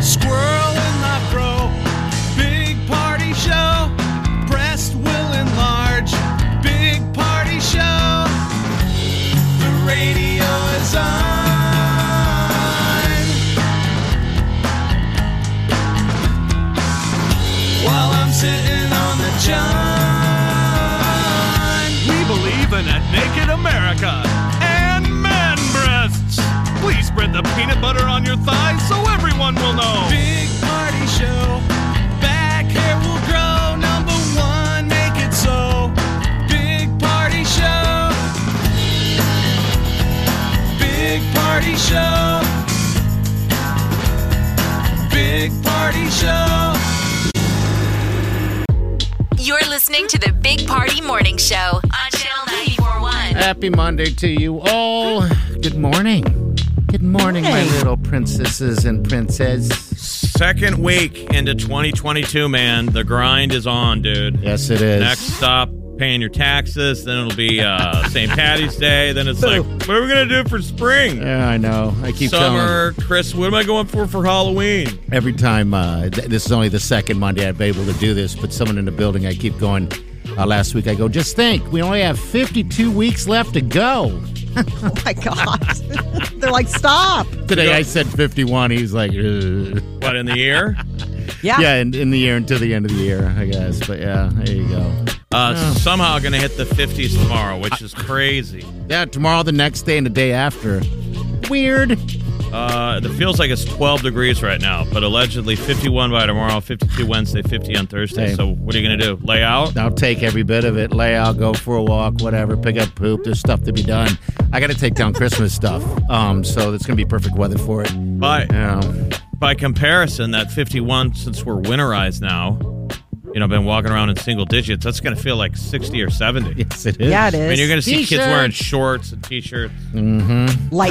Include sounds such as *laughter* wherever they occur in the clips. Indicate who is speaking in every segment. Speaker 1: Squirrel in my bro, big party show. Breast will enlarge, big party show. The radio is on. While I'm sitting on the john. We believe in a naked America and man breasts. Please spread the peanut butter on your thighs so everyone will know. Big party show. Back hair will grow. Number one, make it so. Big party show. Big party show. Big party show.
Speaker 2: You're listening to the Big Party Morning Show on Channel 941.
Speaker 3: Happy Monday to you all. Good morning. Good morning, my little princesses and princess.
Speaker 1: Second week into 2022, man. The grind is on, dude.
Speaker 3: Yes, it is.
Speaker 1: Next stop, paying your taxes. Then it'll be uh, St. Patty's Day. Then it's like, what are we going to do for spring?
Speaker 3: Yeah, I know. I keep telling
Speaker 1: Summer, Chris, what am I going for for Halloween?
Speaker 3: every time. Uh, th- this is only the second Monday I've been able to do this, but someone in the building, I keep going. Uh, last week, I go. Just think, we only have 52 weeks left to go.
Speaker 4: Oh my gosh. They're like, stop.
Speaker 3: Today, I said 51. He was like, Ugh.
Speaker 1: What, in the
Speaker 3: *laughs*
Speaker 1: year?
Speaker 4: Yeah.
Speaker 3: yeah, in, in the year until the end of the year, I guess. But yeah, there you go.
Speaker 1: Uh, Somehow going to hit the 50s tomorrow, which is crazy.
Speaker 3: Yeah, tomorrow, the next day, and the day after. Weird.
Speaker 1: Uh, it feels like it's 12 degrees right now, but allegedly 51 by tomorrow, 52 Wednesday, 50 on Thursday.
Speaker 3: Hey.
Speaker 1: So what are you going to do? Lay out?
Speaker 3: I'll take every bit of it. Lay out, go for a walk, whatever. Pick up poop. There's stuff to be done. I got to take down Christmas stuff. Um, so it's gonna be perfect weather for it. Um,
Speaker 1: Bye.
Speaker 3: Yeah.
Speaker 1: by comparison, that 51, since we're winterized now, you know, been walking around in single digits, that's going to feel like 60 or 70.
Speaker 3: Yes, it is.
Speaker 4: Yeah, it
Speaker 1: I
Speaker 4: is.
Speaker 1: mean, you're going to see kids
Speaker 3: T-shirts.
Speaker 1: wearing shorts and t shirts.
Speaker 4: Light
Speaker 3: All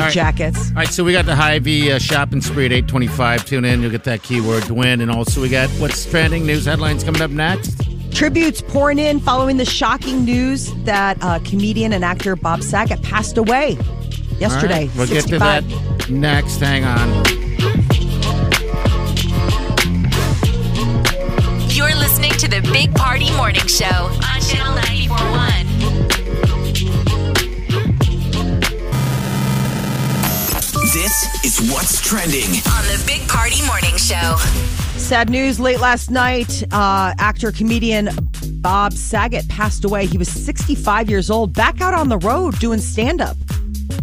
Speaker 3: right.
Speaker 4: jackets.
Speaker 3: All right, so we got the Hy-Vee uh, shopping spree at 825. Tune in. You'll get that keyword to win. And also, we got what's trending news headlines coming up next.
Speaker 4: Tributes pouring in following the shocking news that uh, comedian and actor Bob Saget passed away
Speaker 3: All right,
Speaker 4: yesterday.
Speaker 3: we'll get to
Speaker 4: 65.
Speaker 3: that next. Hang on.
Speaker 2: You're listening to the Big Party Morning Show on Channel 941.
Speaker 5: This is what's trending.
Speaker 2: On the Big Party Morning Show.
Speaker 4: Sad news late last night. Uh, actor, comedian Bob Saget passed away. He was 65 years old, back out on the road doing stand up,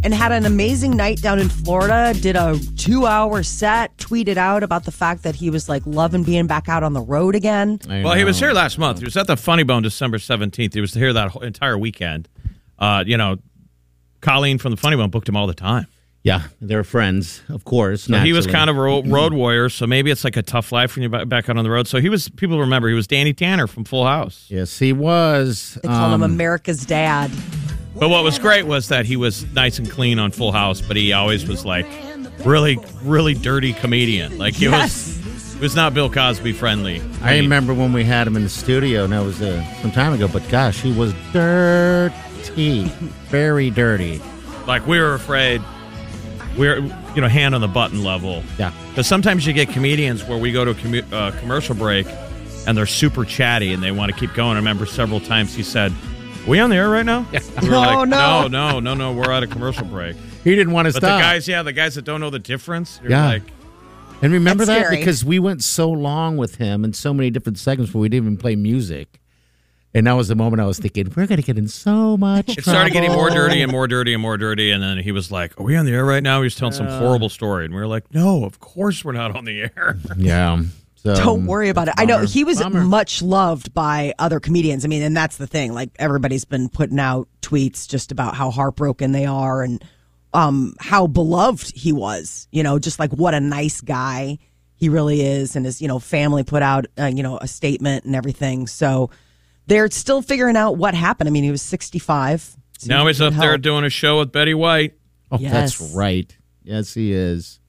Speaker 4: and had an amazing night down in Florida. Did a two hour set, tweeted out about the fact that he was like loving being back out on the road again.
Speaker 3: I
Speaker 1: Well, he was
Speaker 3: know.
Speaker 1: here last month. He was at the Funny Bone December 17th. He was here that whole entire weekend. Uh, you know, Colleen from the Funny Bone booked him all the time.
Speaker 3: Yeah, they're friends, of course.
Speaker 1: So he
Speaker 3: naturally.
Speaker 1: was
Speaker 3: Mm-hmm.
Speaker 1: kind of a ro- road warrior, so maybe it's like a tough life when you're ba- back out on the road. So he was, people remember, he was Danny Tanner from Full House.
Speaker 3: Yes, he was.
Speaker 4: They call him
Speaker 3: Um,
Speaker 4: America's dad.
Speaker 1: But what was great was that he was nice and clean on Full House, but he always was like really, really dirty comedian. Like he was, he was not Bill Cosby friendly.
Speaker 3: I remember when we had him in the studio, and that was uh, some time ago. But gosh, he was dirty, very dirty.
Speaker 1: Like we were afraid, we are you know hand on the button level.
Speaker 3: Yeah.
Speaker 1: Because sometimes you get comedians where we go to a commu- uh, commercial break and they're super chatty and they want to keep going. I remember several times he said, "We on the air right now?" We were
Speaker 3: *laughs*
Speaker 4: Oh,
Speaker 1: like,
Speaker 4: no.
Speaker 1: no, no, no, no. We're at a commercial break.
Speaker 3: He didn't want to
Speaker 1: But
Speaker 3: stop.
Speaker 1: the guys, yeah, the guys that don't know the difference, you're
Speaker 3: Yeah.
Speaker 1: like.
Speaker 3: and remember
Speaker 4: That's
Speaker 3: that
Speaker 4: scary.
Speaker 3: because we went so long with him and so many different segments where we didn't even play music. And that was the moment I was thinking, we're going to get in so much.
Speaker 1: It started getting more
Speaker 3: trouble."
Speaker 1: dirty and more dirty and more dirty, and then he was like, "Are we on
Speaker 4: *laughs*
Speaker 1: the air right now?" He was telling some horrible story, and we were like, "No, of course we're not on the air."
Speaker 3: Yeah. So,
Speaker 4: Don't worry about it. I know
Speaker 3: Um, bummer,
Speaker 4: he was
Speaker 3: bummer.
Speaker 4: much loved by other comedians. I mean, and that's the thing. Like everybody's been putting out tweets just about how heartbroken they are and um how beloved he was. You know, just like what a nice guy he really is, and his you know family put out uh, you know a statement and everything. So they're still figuring out what happened. I mean, he was sixty five.
Speaker 1: Now he's up there doing a show with Betty White.
Speaker 3: Oh, that's
Speaker 4: Yes.
Speaker 3: right. Yes, he is.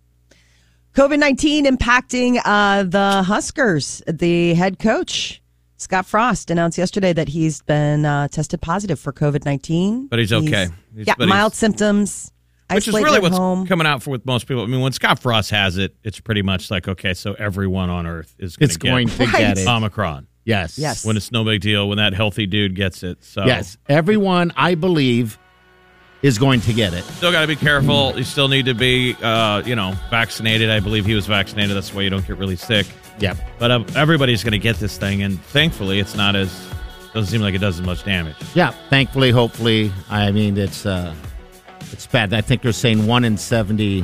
Speaker 4: COVID 19 impacting uh, the Huskers. The head coach, Scott Frost, announced yesterday that he's been uh, tested positive for COVID 19.
Speaker 1: But he's okay. He's-
Speaker 4: yeah,
Speaker 1: but he's-
Speaker 4: mild symptoms.
Speaker 1: Which is
Speaker 4: isolated
Speaker 1: really
Speaker 4: at
Speaker 1: what's
Speaker 4: home.
Speaker 1: coming out for with most people. I mean, when Scott Frost has it, it's pretty much like, okay, so everyone on Earth is gonna
Speaker 3: It's going
Speaker 1: get
Speaker 3: to get it.
Speaker 1: Omicron.
Speaker 3: yes.
Speaker 4: Yes.
Speaker 1: When it's no big deal, when that healthy dude gets it. So
Speaker 3: Yes. Everyone, I believe, is going to get it.
Speaker 1: Still got to be careful. You still need to be, uh, you know, vaccinated. I believe he was vaccinated. That's why you don't get really sick.
Speaker 3: Yep.
Speaker 1: But uh, everybody's going to get this thing, and thankfully, it's not as doesn't seem like it does as much damage.
Speaker 3: Yeah. Thankfully, hopefully, I mean, it's uh, it's bad. I think they're saying one in seventy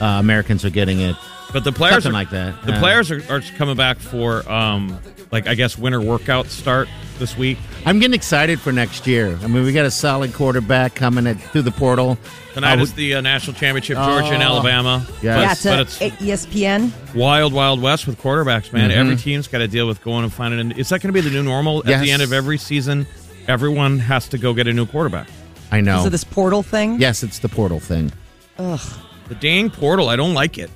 Speaker 3: uh, Americans are getting it.
Speaker 1: But the players
Speaker 3: Something
Speaker 1: are,
Speaker 3: like that,
Speaker 1: The
Speaker 3: yeah.
Speaker 1: players are, are coming back for, um, like I guess winter workouts start this week.
Speaker 3: I'm getting excited for next year. I mean, we got a solid quarterback coming at, through the portal.
Speaker 1: Tonight
Speaker 3: I Oh.
Speaker 1: is the uh, national championship, Georgia and Alabama.
Speaker 4: Yeah,
Speaker 3: Yes.
Speaker 4: to
Speaker 1: but, but it's
Speaker 4: E ESPN.
Speaker 1: wild, wild west with quarterbacks, man.
Speaker 3: Mm-hmm.
Speaker 1: Every team's got to deal with going and finding. And is that going to be the new normal at
Speaker 3: Yes.
Speaker 1: the end of every season? Everyone has to go get a new quarterback.
Speaker 3: I
Speaker 1: Oh.
Speaker 3: know.
Speaker 4: So this portal thing.
Speaker 3: yes, it's the portal thing.
Speaker 1: The dang portal, I don't like it.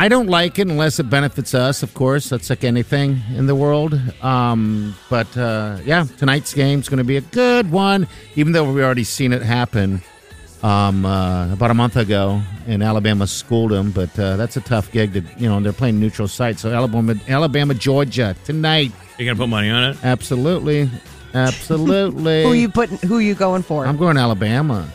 Speaker 3: I don't like it unless it benefits us, of course. That's like anything in the world. Um, but uh, yeah, tonight's game's going to be a good one, even though we already seen it happen um, uh, about a month ago, and Alabama schooled them. But uh, that's a tough gig. To, you know, and they're playing neutral site, so Alabama, Alabama, Georgia tonight.
Speaker 1: You gonna put money on it?
Speaker 3: Absolutely, absolutely.
Speaker 4: Who you putting? Who you going for?
Speaker 3: I'm going Alabama.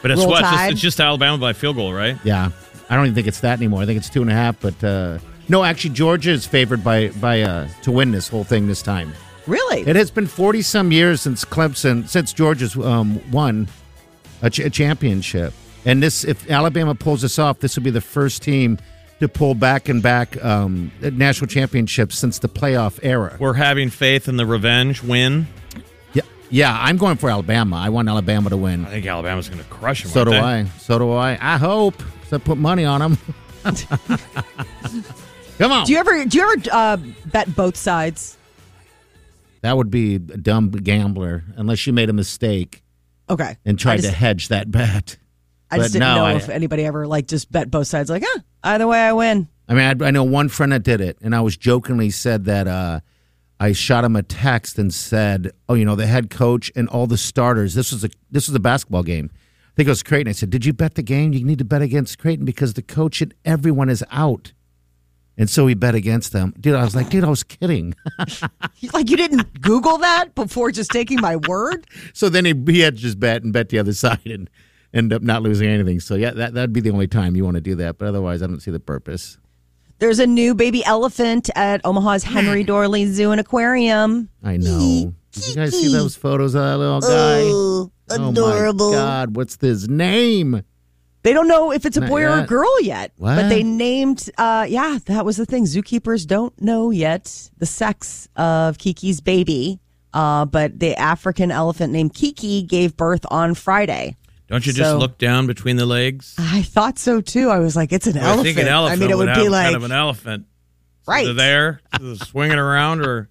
Speaker 1: But it's
Speaker 4: Roll
Speaker 1: what? It's just,
Speaker 4: Tide.
Speaker 1: it's just Alabama by field goal, right?
Speaker 3: Yeah, I don't even think it's that anymore. I think it's two and a half. But uh, no, actually, Georgia is favored by by uh, to win this whole thing this time.
Speaker 4: really?
Speaker 3: It has been forty some years since Clemson since Georgia's um, won a, ch- a championship, and this if Alabama pulls this off, this will be the first team to pull back and back um, national championships since the playoff era.
Speaker 1: We're having faith in the revenge win.
Speaker 3: Yeah, yeah, I'm going for Alabama. I want Alabama to win.
Speaker 1: I think Alabama's gonna crush them.
Speaker 3: So do I. So do I. I hope. So put money on them. *laughs* Come on.
Speaker 4: do you ever? Do you ever uh, bet both sides?
Speaker 3: That would be a dumb gambler unless you made a mistake
Speaker 4: Okay.
Speaker 3: and tried
Speaker 4: I just,
Speaker 3: to hedge that bet.
Speaker 4: I just
Speaker 3: but
Speaker 4: didn't
Speaker 3: no,
Speaker 4: know
Speaker 3: I-
Speaker 4: if anybody ever like just bet both sides. Like, ah, either way, I win.
Speaker 3: I mean, I, I know one friend that did it, and I was jokingly said that uh, I shot him a text and said, "Oh, you know, the head coach and all the starters. This was a this was a basketball game. I think it was Creighton. I said, "Did you bet the game? You need to bet against Creighton because the coach and everyone is out." And so we bet against them, dude. I was like, dude, I was kidding.
Speaker 4: Like you didn't Google that before just taking my word?
Speaker 3: So then he, he had to just bet and bet the other *laughs* side and end up not losing anything. So yeah, that that'd be the only time you want to do that. But otherwise, I don't see the purpose.
Speaker 4: There's a new baby elephant at Omaha's Henry
Speaker 1: Hmm.
Speaker 4: Dorley Zoo and Aquarium.
Speaker 3: I know. Did you guys see those photos of that little guy? Oh, adorable! God, what's his name?
Speaker 4: They don't know if it's a
Speaker 3: Not
Speaker 4: boy or a
Speaker 3: yet.
Speaker 4: girl yet, but
Speaker 3: What?
Speaker 4: they named. Uh, yeah, that was the thing. Zookeepers don't know yet the sex of Kiki's baby. Uh, but the African elephant named Kiki gave birth on Friday.
Speaker 1: Don't you just
Speaker 4: So-
Speaker 1: look down between the legs?
Speaker 4: I thought so too. I was like, it's an
Speaker 1: I would
Speaker 4: elephant.
Speaker 1: think an elephant
Speaker 4: I mean, it would,
Speaker 1: have
Speaker 4: be
Speaker 1: kind
Speaker 4: like
Speaker 1: of an elephant.
Speaker 4: right
Speaker 1: Either there, either swinging around, or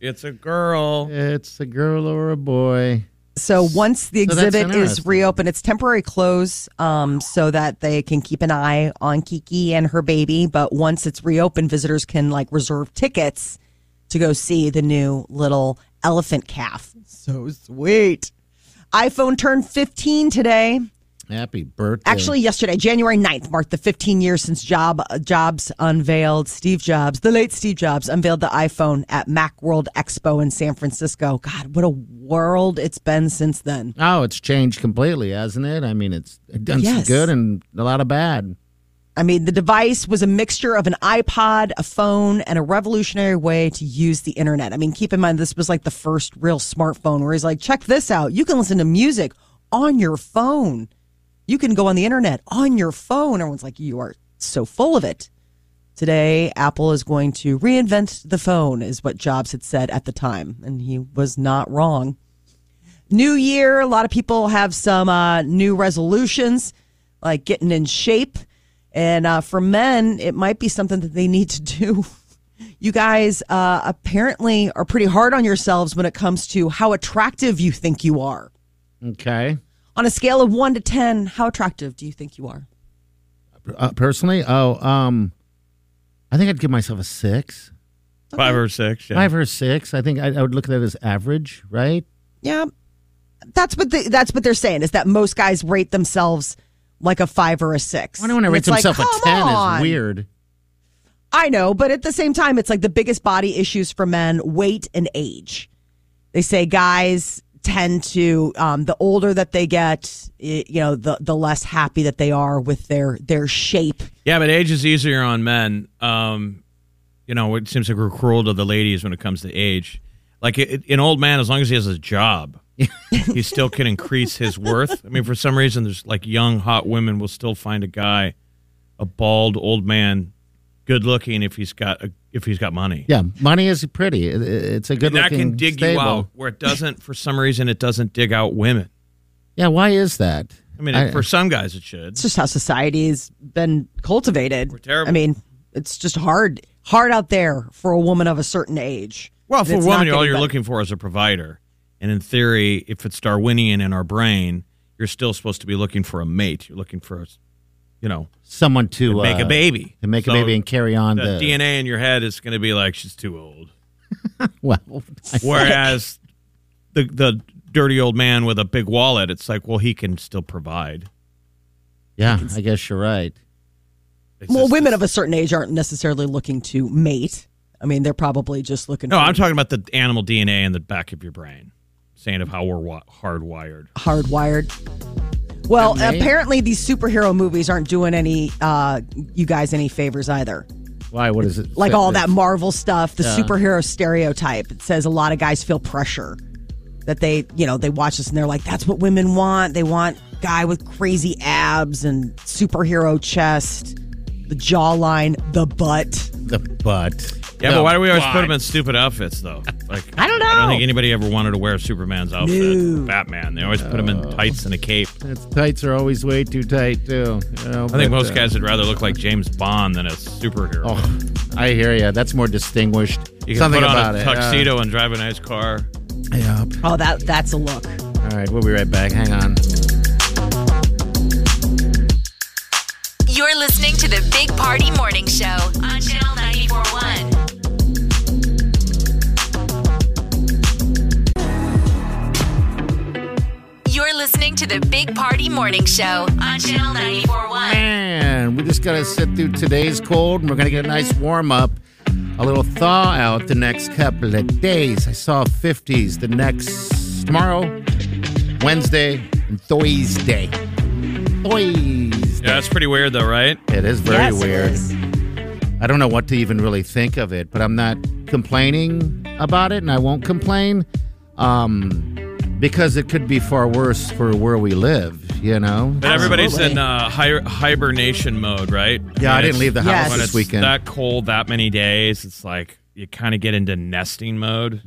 Speaker 1: it's a
Speaker 4: *laughs*
Speaker 1: girl.
Speaker 3: It's a girl or a boy.
Speaker 4: So once the
Speaker 3: So that's
Speaker 4: exhibit is
Speaker 3: interesting.
Speaker 4: reopened, it's temporary close um, so that they can keep an eye on Kiki and her baby. But once it's reopened, visitors can like reserve tickets to go see the new little elephant calf. So sweet. iPhone turned 15 today.
Speaker 3: Happy birthday!
Speaker 4: Actually, yesterday, January 9th, marked the 15 years since Job, uh, Jobs unveiled Steve Jobs, the late Steve Jobs, unveiled the iPhone at Macworld Expo in San Francisco. God, what a world it's been since then.
Speaker 3: oh, it's changed completely, hasn't it? I mean, it's done some
Speaker 4: Yes.
Speaker 3: good and a lot of bad.
Speaker 4: I mean, the device was a mixture of an iPod, a phone, and a revolutionary way to use the internet. I mean, keep in mind, this was like the first real smartphone where he's like, check this out. You can listen to music on your phone. You can go on the internet on your phone. Everyone's like, you are so full of it. Today, Apple is going to reinvent the phone, is what Jobs had said at the time, and he was not wrong. New year, a lot of people have some uh, new resolutions, like getting in shape. And uh, for men, it might be something that they need to do. *laughs* You guys uh, apparently are pretty hard on yourselves when it comes to how attractive you think you are.
Speaker 3: Okay.
Speaker 4: On a scale of one to 10, how attractive do you think you are?
Speaker 3: Uh, personally, oh, um, I think I'd give myself a six,
Speaker 5: Five or six. Yeah.
Speaker 3: five or six. I think I, I would look at that as average, right?
Speaker 4: Yeah, that's what they, that's what they're saying is that most guys rate themselves like a five or a six.
Speaker 3: I don't want to
Speaker 4: And
Speaker 3: rate
Speaker 4: it's like,
Speaker 3: myself
Speaker 4: come
Speaker 3: a ten.
Speaker 4: on.
Speaker 3: Is weird.
Speaker 4: I know, but at the same time, it's like the biggest body issues for men: weight and age. They say guys tend to um, the older that they get, i- you know, the the less happy that they are with their their shape.
Speaker 1: Yeah, but age is easier on men. Um, you know, it seems like we're cruel to the ladies when it comes to age. Like it, an old man, as long as he has his job,
Speaker 3: *laughs*
Speaker 1: he still can increase his worth. I mean, for some reason, there's like young, hot women will still find a guy, a bald old man, good looking if he's got a, if he's got money.
Speaker 3: Yeah, money is pretty. It- it's a good
Speaker 1: and that
Speaker 3: looking.
Speaker 1: can dig you
Speaker 3: stable.
Speaker 1: out. Where it doesn't, for some reason, it doesn't dig out women.
Speaker 3: Yeah, why is that?
Speaker 1: I mean, for some guys, it should.
Speaker 4: It's just how society's been cultivated. We're
Speaker 1: terrible.
Speaker 4: I mean, it's just hard hard out there for a woman of a certain age.
Speaker 1: Well,
Speaker 4: And
Speaker 1: for
Speaker 4: it's not
Speaker 1: women, all
Speaker 4: getting
Speaker 1: you're
Speaker 4: better.
Speaker 1: looking for is a provider. And in theory, if it's Darwinian in our brain, you're still supposed to be looking for a mate. You're looking for, you know,
Speaker 3: someone to,
Speaker 1: to make
Speaker 3: uh,
Speaker 1: a baby.
Speaker 3: to make
Speaker 1: So
Speaker 3: a baby and carry on
Speaker 1: the
Speaker 3: the,
Speaker 1: DNA in your head is going to be like, she's
Speaker 3: *laughs*
Speaker 1: too old.
Speaker 3: Well,
Speaker 1: Whereas the, the dirty old man with a big wallet, it's like, well, he can still provide.
Speaker 3: yeah, I guess you're right.
Speaker 1: It's
Speaker 4: Well,
Speaker 1: just-
Speaker 4: women of a certain age aren't necessarily looking to mate. I mean, they're probably just looking.
Speaker 1: No,
Speaker 4: for
Speaker 1: I'm talking about the animal DNA in the back of your brain, saying of how we're wa- hardwired.
Speaker 4: hardwired. Well,
Speaker 3: Good mate.
Speaker 4: apparently these superhero movies aren't doing any uh, you guys any favors either.
Speaker 3: Why? What is it?
Speaker 4: Like
Speaker 3: say-
Speaker 4: all that Marvel stuff, the superhero stereotype. It says a lot of guys feel pressure that they, you know, they watch this and they're like, "That's what women want. They want guy with crazy abs and superhero chest, the jawline, the butt."
Speaker 3: the butt.
Speaker 1: Yeah,
Speaker 3: No.
Speaker 1: but why do we always put them in stupid outfits
Speaker 3: *laughs*
Speaker 1: though? Like I
Speaker 4: don't
Speaker 1: I
Speaker 4: know.
Speaker 1: don't think anybody ever wanted to wear Superman's outfit. Batman. They always put them in tights and a cape.
Speaker 3: Its tights are always way too tight too. You know,
Speaker 1: I
Speaker 3: but,
Speaker 1: think most
Speaker 3: uh,
Speaker 1: guys would rather look like James Bond than a superhero.
Speaker 3: Oh, I hear you. That's more distinguished.
Speaker 1: you can
Speaker 3: Something
Speaker 1: put on
Speaker 3: about
Speaker 1: a
Speaker 3: it.
Speaker 1: tuxedo and drive a nice car.
Speaker 3: Uh, yep.
Speaker 4: Oh, that that's a look.
Speaker 3: All right, we'll be right back. Hang on.
Speaker 2: You're listening to the Big Party Morning Show on Channel 941. You're listening to the Big Party Morning Show on Channel 941.
Speaker 3: Man, we just got to sit through today's cold, and we're going to get a nice warm up, a little thaw out the next couple of days. I saw 50s the next tomorrow, Wednesday, and Thursday. Thursday.
Speaker 1: Yeah, that's pretty weird though, right?
Speaker 3: It is very
Speaker 4: Yes, it
Speaker 3: weird.
Speaker 4: is.
Speaker 3: I don't know what to even really think of it, but I'm not complaining about it, and I won't complain um, because it could be far worse for where we live, you know?
Speaker 1: But everybody's
Speaker 4: Absolutely.
Speaker 1: in uh, hi- hibernation mode, right?
Speaker 3: Yeah, I
Speaker 1: When
Speaker 3: didn't
Speaker 1: it's-
Speaker 3: leave the
Speaker 4: Yes.
Speaker 3: house
Speaker 1: when
Speaker 3: this
Speaker 1: it's
Speaker 3: weekend.
Speaker 1: That cold, that many days. It's like you kind of get into nesting mode.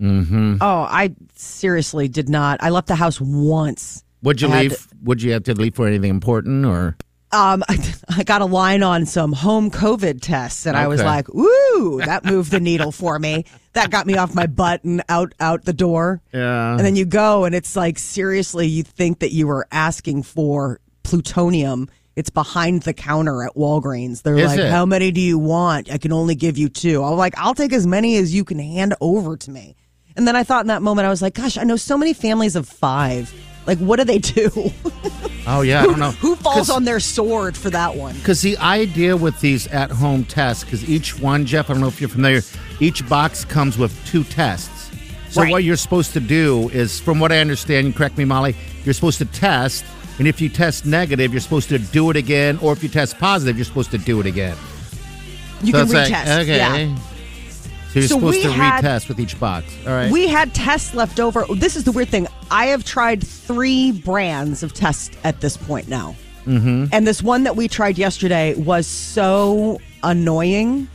Speaker 4: Oh, I seriously did not. I left the house once.
Speaker 3: Would you
Speaker 4: I had
Speaker 3: leave? Would you have to leave for anything important or?
Speaker 4: Um, *laughs* I got a line on some home COVID tests, and I was
Speaker 3: Okay.
Speaker 4: like, "Ooh, that moved the needle for me. That got me off my butt and out out the door."
Speaker 3: Yeah.
Speaker 4: And then you go, and it's like, seriously, you think that you were asking for plutonium? It's behind the counter at Walgreens. They're
Speaker 3: Is
Speaker 4: like,
Speaker 3: it?
Speaker 4: "How many do you want? I can only give you two. I'm like, "I'll take as many as you can hand over to me." And then I thought in that moment, I was like, "Gosh, I know so many families of five. Like, what do they do?"
Speaker 3: Oh yeah, I don't know
Speaker 4: *laughs* Who falls
Speaker 3: 'Cause-
Speaker 4: on their sword for that one?
Speaker 3: Because the idea with these at-home tests, because each one, Jeff, I don't know if you're familiar, each box comes with two tests. So
Speaker 4: Right.
Speaker 3: what you're supposed to do is, from what I understand, and correct me, Molly, you're supposed to test, and if you test negative, you're supposed to do it again, or if you test positive, you're supposed to do it again.
Speaker 4: You
Speaker 3: so
Speaker 4: can
Speaker 3: it's
Speaker 4: retest.
Speaker 3: like, okay.
Speaker 4: Yeah.
Speaker 3: So you're
Speaker 4: So
Speaker 3: supposed
Speaker 4: we
Speaker 3: to
Speaker 4: had-
Speaker 3: retest with each box. All right.
Speaker 4: We had tests left over. This is the weird thing. I have tried three brands of tests at this point now. Mm-hmm. And this one that we tried yesterday was so annoying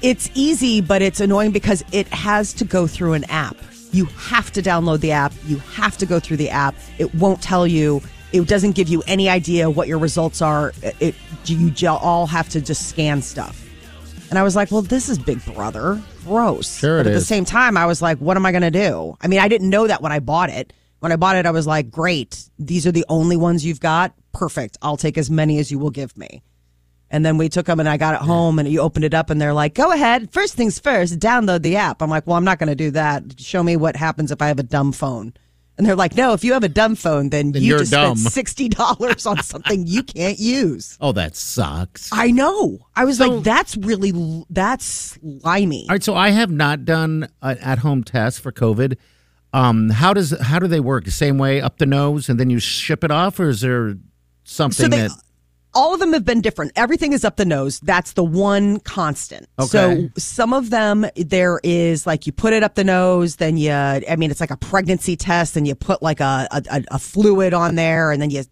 Speaker 4: It's easy, but it's annoying because it has to go through an app. You have to download the app. You have to go through the app. It won't tell you. It doesn't give you any idea what your results are. It you j- all have to just scan stuff. And I was like, well, this is Big Brother. Gross.
Speaker 3: Sure
Speaker 4: but
Speaker 3: it
Speaker 4: at the
Speaker 3: is.
Speaker 4: same time, I was like, what am I going to do? I mean, I didn't know that when I bought it. When I bought it, I was like, great. These are the only ones you've got. Perfect. I'll take as many as you will give me. And then we took them and I got it home and you opened it up and they're like, go ahead. First things first, download the app. I'm like, well, I'm not going to do that. Show me what happens if I have a dumb phone. And they're like, no, if you have a dumb phone, then,
Speaker 3: Then
Speaker 4: you
Speaker 3: you're
Speaker 4: just
Speaker 3: dumb.
Speaker 4: spent $60 on something you can't use.
Speaker 3: Oh, that sucks.
Speaker 4: I know. I was
Speaker 3: So-
Speaker 4: like, that's really, l- that's slimy.
Speaker 3: All right, so I have not done an at-home test for COVID. Um, how does how do they work? The same way up the nose, and then you ship it off, or is there something
Speaker 4: So they-
Speaker 3: that
Speaker 4: all of them have been different. Everything is up the nose. That's the one constant.
Speaker 3: Okay.
Speaker 4: So some of them there is like you put it up the nose, then you I mean it's like a pregnancy test, and you put like a a, a- a fluid on there, and then you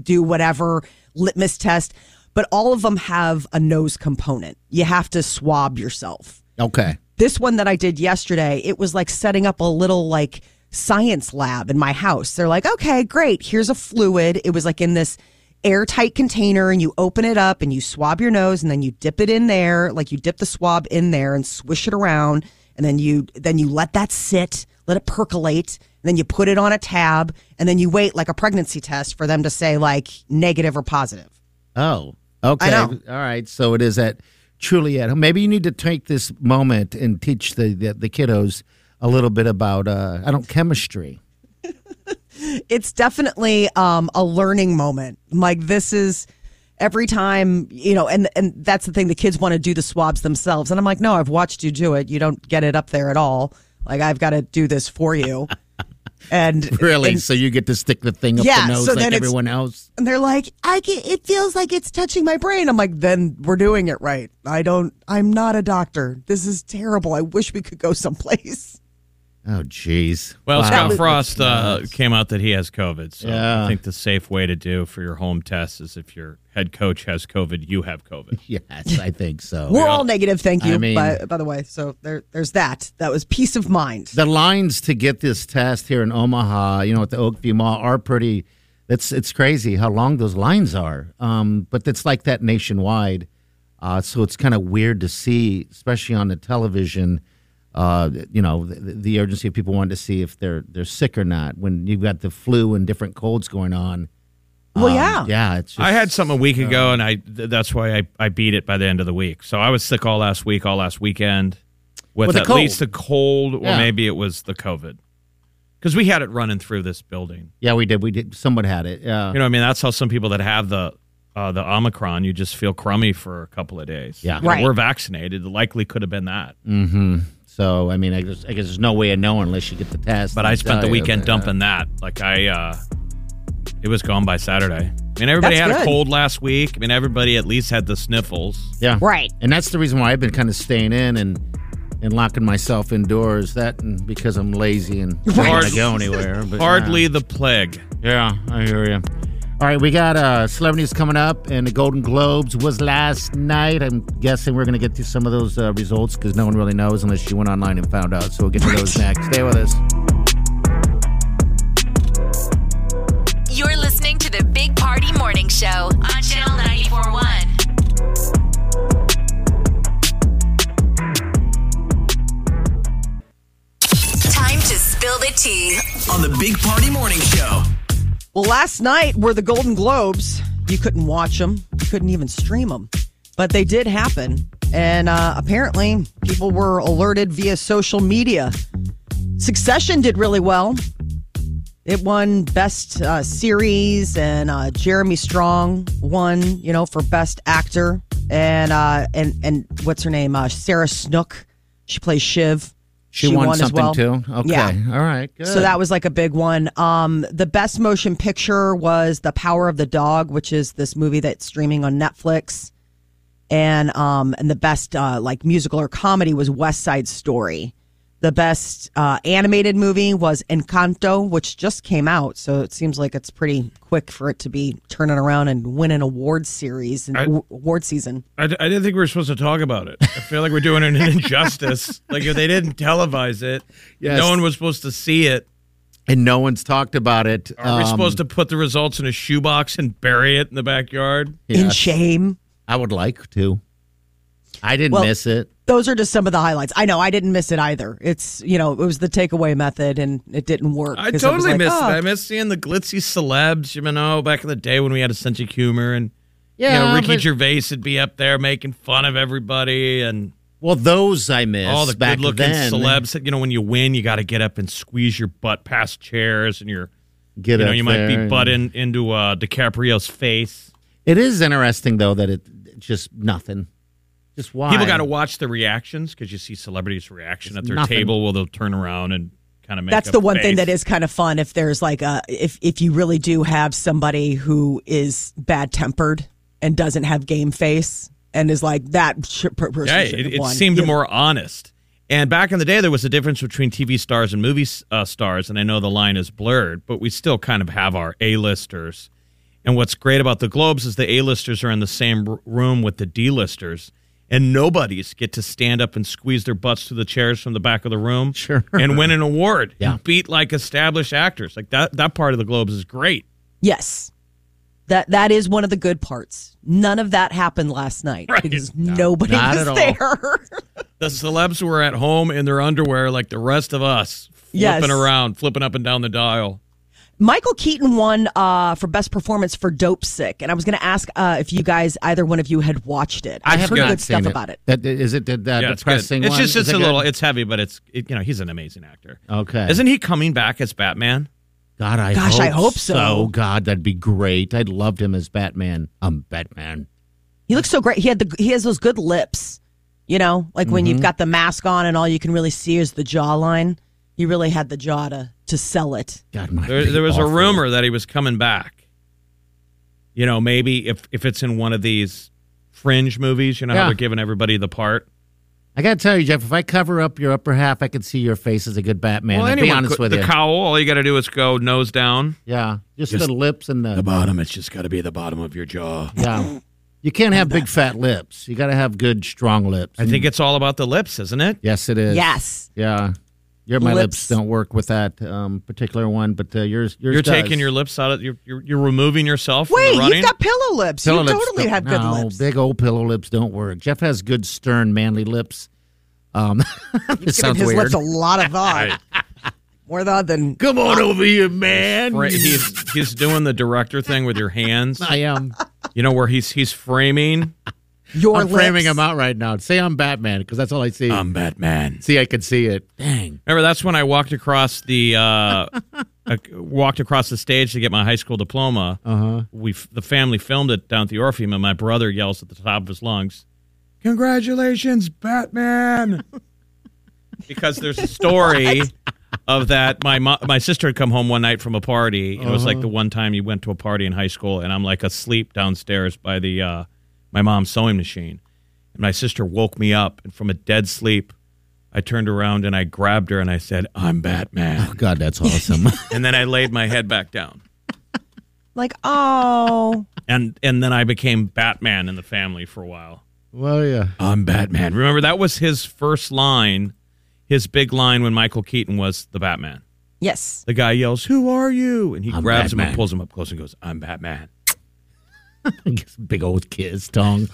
Speaker 4: do whatever litmus test. But all of them have a nose component. You have to swab yourself
Speaker 3: okay?
Speaker 4: this one that I did yesterday, it was like setting up a little like science lab in my house. They're like, okay, great. Here's a fluid. It was like in this airtight container and you open it up and you swab your nose and then you dip it in there. Like you dip the swab in there and swish it around. And then you, then you let that sit, let it percolate. And then you put it on a tab and then you wait like a pregnancy test for them to say like negative or positive.
Speaker 3: Oh, okay,
Speaker 4: know.
Speaker 3: all right. So it is at truly at home. Maybe you need to take this moment and teach the the, the kiddos a little bit about uh, I don't chemistry.
Speaker 4: it's definitely um, a learning moment. Like this is every time you know, and and that's the thing. The kids want to do the swabs themselves, and I'm like, no, I've watched you do it. You don't get it up there at all. Like I've got to do this
Speaker 3: *laughs*
Speaker 4: for you.
Speaker 3: *laughs*
Speaker 4: And
Speaker 3: Really?
Speaker 4: and-
Speaker 3: so you get to stick the thing up
Speaker 4: Yeah,
Speaker 3: the nose
Speaker 4: so
Speaker 3: like
Speaker 4: then it's-
Speaker 3: everyone else.
Speaker 4: and they're like, I can, it feels like it's touching my brain. I'm like, then we're doing it right. I don't. I'm not a doctor. This is terrible. I wish we could go someplace.
Speaker 3: Oh, jeez.
Speaker 1: Well,
Speaker 3: Wow.
Speaker 1: Scott Frost uh,
Speaker 3: nuts.
Speaker 1: came out that he has COVID. So
Speaker 3: Yeah.
Speaker 1: I think the safe way to do for your home test is if your head coach has COVID, you
Speaker 3: *laughs*
Speaker 1: have COVID.
Speaker 3: Yes, I think
Speaker 4: *laughs*
Speaker 3: so.
Speaker 4: We're all negative. Thank you.
Speaker 3: I mean-
Speaker 4: by, by the way, so there, there's that. That was peace of mind.
Speaker 3: the lines to get this test here in Omaha, you know, at the Oakview Mall are pretty. It's it's crazy how long those lines are. Um, but it's like that nationwide, uh, so it's kind of weird to see, especially on the television. Uh, you know, the, the urgency of people wanting to see if they're they're sick or not when you've got the flu and different colds going on.
Speaker 4: well,
Speaker 3: Um,
Speaker 4: yeah.
Speaker 3: yeah. It's just,
Speaker 1: I had something a week ago, and I th- that's why I, I beat it by the end of the week. So I was sick all last week, all last weekend, with,
Speaker 3: With a
Speaker 1: at
Speaker 3: cold.
Speaker 1: least a cold, or
Speaker 3: Yeah.
Speaker 1: maybe it was the COVID, because we had it running through this building.
Speaker 3: yeah, we did. We did. Someone had it. Yeah,
Speaker 1: You know, I mean, that's how some people that have the uh, the Omicron, you just feel crummy for a couple of days.
Speaker 3: Yeah.
Speaker 1: You know,
Speaker 4: Right.
Speaker 1: we're vaccinated. It likely could have been that.
Speaker 4: Mm-hmm.
Speaker 3: So I mean, I guess, I guess there's no way of knowing unless you get the test.
Speaker 1: But I
Speaker 3: They'll
Speaker 1: spent the
Speaker 3: tell you,
Speaker 1: weekend
Speaker 3: but, uh,
Speaker 1: dumping that. Like I, uh it was gone by Saturday. I mean, everybody had
Speaker 4: That's
Speaker 1: a
Speaker 4: good.
Speaker 1: cold last week. I mean, everybody at least had the sniffles.
Speaker 3: Yeah.
Speaker 4: Right.
Speaker 3: And that's the reason why I've been kind of staying in and and locking myself indoors. That and because I'm lazy and don't want to
Speaker 1: Hard-
Speaker 3: go anywhere. But
Speaker 1: Hardly the plague.
Speaker 3: Yeah. yeah, I hear you. All right, we got uh, celebrities coming up, and the Golden Globes was last night. I'm guessing we're going to get to some of those uh, results because no one really knows unless you went online and found out. So we'll get to those next. Stay with us.
Speaker 2: You're listening to the Big Party Morning Show on Channel 941. Time to spill the tea.
Speaker 6: on the Big Party Morning Show.
Speaker 4: Well, last night were the Golden Globes. You couldn't watch them, you couldn't even stream them, but they did happen. And uh, apparently, people were alerted via social media. Succession did really well. It won Best uh, Series, and uh, Jeremy Strong won, you know, for Best Actor. And uh, and and what's her name? Uh, Sarah Snook. She plays Shiv.
Speaker 3: She, won,
Speaker 4: as
Speaker 3: something
Speaker 4: well.
Speaker 3: too. Okay.
Speaker 4: Yeah.
Speaker 3: All right. Good.
Speaker 4: So that was like a big one. Um, the best motion picture was The Power of the Dog, which is this movie that's streaming on Netflix. And um, and the best uh, like musical or comedy was West Side Story. The best uh, animated movie was Encanto, which just came out. So it seems like it's pretty quick for it to be turning around and win an award series and
Speaker 1: I-
Speaker 4: w- award season.
Speaker 1: I, I didn't think we were supposed to talk about it. I feel like we're doing an *laughs* injustice. like if they didn't televise it,
Speaker 3: Yes.
Speaker 1: no one was supposed to see it.
Speaker 3: and no one's talked about it. Um,
Speaker 1: Are
Speaker 4: Um,
Speaker 1: we supposed to put the results in a shoebox and bury it in the backyard?
Speaker 4: In shame.
Speaker 3: I would like to. I didn't
Speaker 4: Well-
Speaker 3: miss it.
Speaker 4: Those are just some of the highlights. I know I didn't miss it either. It's you know it was the takeaway method and it didn't work.
Speaker 1: I
Speaker 4: 'cause was
Speaker 1: totally
Speaker 4: like,
Speaker 1: missed
Speaker 4: oh,
Speaker 1: it. I missed seeing the glitzy celebs, you know, back in the day when we had a sense of humor and you know, Ricky
Speaker 3: but-
Speaker 1: Gervais would be up there making fun of everybody and
Speaker 3: well, those I missed.
Speaker 1: all the
Speaker 3: back
Speaker 1: good looking
Speaker 3: then.
Speaker 1: celebs that you know when you win you gotta get up and squeeze your butt past chairs and you're
Speaker 3: Get
Speaker 1: you know,
Speaker 3: up
Speaker 1: you might
Speaker 3: there
Speaker 1: be
Speaker 3: and-
Speaker 1: butt in, into uh, DiCaprio's face.
Speaker 3: It is interesting though that it just nothing. Just why
Speaker 1: People got to watch the reactions because you see celebrities' reaction at their
Speaker 3: nothing.
Speaker 1: table. Well, they'll turn around and kind of make.
Speaker 4: That's
Speaker 1: a
Speaker 4: the one thing
Speaker 1: face.
Speaker 4: that is kind of fun if there's like a if if you really do have somebody who is bad tempered and doesn't have game face and is like that sh- per- person
Speaker 1: Yeah,
Speaker 4: should
Speaker 1: it,
Speaker 4: have
Speaker 1: it
Speaker 4: won.
Speaker 1: seemed
Speaker 4: You know,
Speaker 1: more honest. And back in the day, there was a difference between TV stars and movie uh, stars, and I know the line is blurred, but we still kind of have our A-listers. And what's great about the Globes is the A-listers are in the same r- room with the D-listers, and nobodies get to stand up and squeeze their butts through the chairs from the back of the room
Speaker 3: Sure.
Speaker 1: and win an award.
Speaker 3: Yeah.
Speaker 1: And beat like established actors. Like that that part of the Globes is great.
Speaker 4: Yes. That that is one of the good parts. None of that happened last night
Speaker 1: Right.
Speaker 4: because nobody
Speaker 3: not
Speaker 4: was
Speaker 3: at all.
Speaker 4: there. *laughs*
Speaker 1: The celebs were at home in their underwear like the rest of us, flipping
Speaker 4: Yes.
Speaker 1: around, flipping up and down the dial.
Speaker 4: Michael Keaton won uh, for best performance for Dope Sick, and I was going to ask uh, if you guys, either one of you, had watched it.
Speaker 3: I
Speaker 4: I've
Speaker 3: have
Speaker 4: heard
Speaker 3: not
Speaker 4: good
Speaker 3: seen
Speaker 4: stuff
Speaker 3: it.
Speaker 4: about it.
Speaker 3: That is it. That, that
Speaker 1: it's good.
Speaker 3: depressing.
Speaker 1: It's
Speaker 3: one?
Speaker 1: just
Speaker 3: Is
Speaker 1: it's
Speaker 3: it
Speaker 1: a
Speaker 3: good?
Speaker 1: little it's heavy, but it's it, you know he's an amazing actor.
Speaker 3: Okay.
Speaker 1: Isn't he coming back as Batman?
Speaker 3: God, I
Speaker 4: Gosh,
Speaker 3: hope
Speaker 4: I hope so.
Speaker 3: God, that'd be great. I'd loved him as Batman. I'm Batman.
Speaker 4: He looks so great. He had the he has those good lips, you know, like when
Speaker 3: Mm-hmm.
Speaker 4: you've got the mask on and all you can really see is the jawline. He really had the jaw to to sell it.
Speaker 3: God, my.
Speaker 1: There, there was a rumor that he was coming back. You know, maybe if if it's in one of these fringe movies, you know
Speaker 3: Yeah.
Speaker 1: how they're giving everybody the part.
Speaker 3: I gotta tell you, Jeff. If I cover up your upper half, I can see your face as a good Batman.
Speaker 1: well,
Speaker 3: I'll
Speaker 1: anyone
Speaker 3: be honest
Speaker 1: could-
Speaker 3: with
Speaker 1: the
Speaker 3: you.
Speaker 1: cowl. All you got to do is go nose down.
Speaker 3: yeah, just, the lips and the.
Speaker 1: bottom. It's just got to be the bottom of your jaw.
Speaker 3: Yeah, you can't have big fat lips. You gotta have good strong lips.
Speaker 1: I think it's all about the lips, isn't it?
Speaker 3: Yes, Mm. it is.
Speaker 4: Yes.
Speaker 3: Yeah. Your my lips.
Speaker 4: Lips.
Speaker 3: don't work with that um, particular one, but uh, yours yours
Speaker 1: You're
Speaker 3: does.
Speaker 1: taking your lips out of you're you're, you're removing yourself. from the
Speaker 4: Wait,
Speaker 1: running.
Speaker 4: you've got pillow lips.
Speaker 3: Pillow
Speaker 4: you
Speaker 3: lips
Speaker 4: totally
Speaker 3: don't-
Speaker 4: have good
Speaker 3: no,
Speaker 4: lips.
Speaker 3: Big old pillow lips don't work. Jeff has good stern manly lips. Um, *laughs* this
Speaker 4: Giving
Speaker 3: sounds
Speaker 4: his
Speaker 3: weird.
Speaker 4: lips a
Speaker 3: *laughs*
Speaker 4: lot of thought. More thought than
Speaker 3: Come on over here, man.
Speaker 1: Fra- he's he's doing the director thing with
Speaker 3: *laughs*
Speaker 1: your hands.
Speaker 3: I am.
Speaker 1: You know where he's he's framing.
Speaker 3: *laughs*
Speaker 4: your
Speaker 3: I'm
Speaker 4: lips.
Speaker 3: framing him out right now. Say I'm Batman because that's all I see.
Speaker 1: Batman.
Speaker 3: see, I can see it. Dang.
Speaker 1: Remember that's when I walked across the uh, *laughs* I walked across the stage to get my high school diploma. Uh-huh. We f- the family filmed it down at the Orpheum, and my brother yells at the top of his lungs, "Congratulations, Batman!" *laughs* because there's a story of that. My mo- my sister had come home one night from a party, and it was like the one time you went to a party in high school, and I'm like asleep downstairs by the uh, my mom's sewing machine, and my sister woke me up, and from a dead sleep, I turned around and I grabbed her and I said, "I'm Batman,"
Speaker 3: Oh, God, that's awesome. *laughs*
Speaker 1: and then I laid my head back down,
Speaker 4: Like, oh,
Speaker 1: and and then I became Batman in the family for a while.
Speaker 3: well, yeah.
Speaker 1: I'm
Speaker 3: *laughs*
Speaker 1: Batman. Remember that was his first line, his big line when Michael Keaton was the Batman.
Speaker 4: yes.
Speaker 1: The guy yells, "Who are you?" And he
Speaker 3: I'm
Speaker 1: grabs him
Speaker 3: Batman.
Speaker 1: and pulls him up close and goes, "I'm Batman."
Speaker 3: Big old kiss tongue.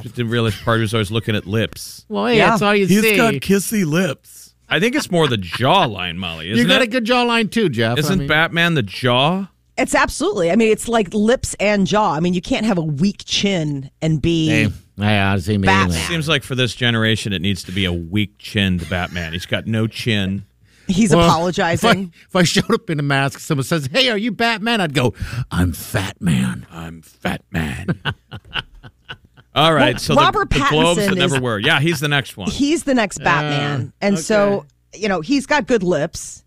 Speaker 1: Just didn't realize part of it was always looking at lips.
Speaker 3: Well, hey,
Speaker 4: Yeah.
Speaker 3: that's all you see.
Speaker 1: kissy lips. I think it's more the jawline, Molly. Isn't
Speaker 3: you got
Speaker 1: it?
Speaker 3: a good jawline too, Jeff. I
Speaker 1: Isn't
Speaker 3: mean-
Speaker 1: Batman the jaw?
Speaker 4: It's absolutely. I mean, it's like lips and jaw. I mean, you can't have a weak chin and be.
Speaker 3: Hey, yeah, I see me.
Speaker 4: Batman.
Speaker 3: anyway.
Speaker 1: Seems like for this generation, it needs to be a weak chinned Batman. He's got no chin. *laughs*
Speaker 4: He's
Speaker 3: Well,
Speaker 4: apologizing.
Speaker 3: If I, if I showed up in a mask, someone says, "Hey, are you Batman?" I'd go, "I'm Fat Man."
Speaker 1: I'm Fat Man. *laughs* All right,
Speaker 4: Well,
Speaker 1: so the,
Speaker 4: Robert
Speaker 1: the globes that
Speaker 4: Pattinson
Speaker 1: never
Speaker 4: is-
Speaker 1: were. Yeah, he's the next
Speaker 4: *laughs*
Speaker 1: one.
Speaker 4: he's the next Batman. and so, you know, he's got good lips,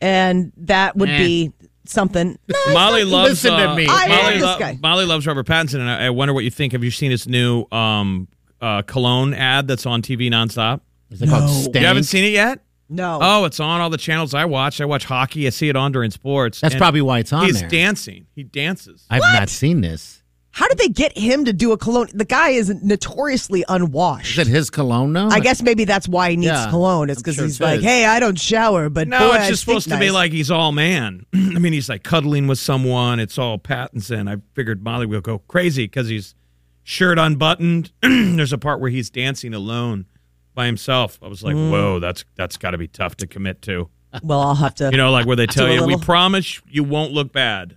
Speaker 4: and that would
Speaker 3: Eh.
Speaker 4: be something. No, it's
Speaker 1: Molly
Speaker 4: not-
Speaker 1: loves.
Speaker 3: Listen to
Speaker 1: uh,
Speaker 3: me.
Speaker 4: I
Speaker 1: Molly,
Speaker 4: love this guy.
Speaker 1: Molly loves Robert Pattinson, and I, I wonder what you think. Have you seen his new um, uh, cologne ad that's on TV nonstop?
Speaker 3: Is it called Stank?
Speaker 1: You haven't seen it yet?
Speaker 4: No.
Speaker 1: Oh, it's on all the channels I watch. I watch hockey. I see it on during sports.
Speaker 3: That's
Speaker 1: And
Speaker 3: probably why it's on
Speaker 1: He's
Speaker 3: there.
Speaker 1: dancing. He dances.
Speaker 3: I've not seen this.
Speaker 4: How did they get him to do a cologne? The guy is notoriously unwashed.
Speaker 3: Is it his cologne now?
Speaker 4: I guess maybe that's why he needs
Speaker 3: Yeah,
Speaker 4: cologne. It's
Speaker 3: I'm
Speaker 4: because
Speaker 3: sure
Speaker 4: he's
Speaker 3: it
Speaker 4: like,
Speaker 3: is.
Speaker 4: hey, I don't shower, but
Speaker 1: No,
Speaker 4: boy,
Speaker 1: it's
Speaker 4: I
Speaker 1: just
Speaker 4: stink
Speaker 1: supposed to be
Speaker 4: nice."
Speaker 1: like he's all man. *clears throat* I mean, he's like cuddling with someone. It's all Pattinson. I figured Molly will go crazy because he's shirt unbuttoned. *clears throat* There's a part where he's dancing alone by himself. I was like,
Speaker 4: Mm.
Speaker 1: whoa, that's that's got to be tough to commit to.
Speaker 4: Well, I'll have to.
Speaker 1: You know, like where they tell
Speaker 4: Do a
Speaker 1: you, we
Speaker 4: little-
Speaker 1: promise you won't look bad.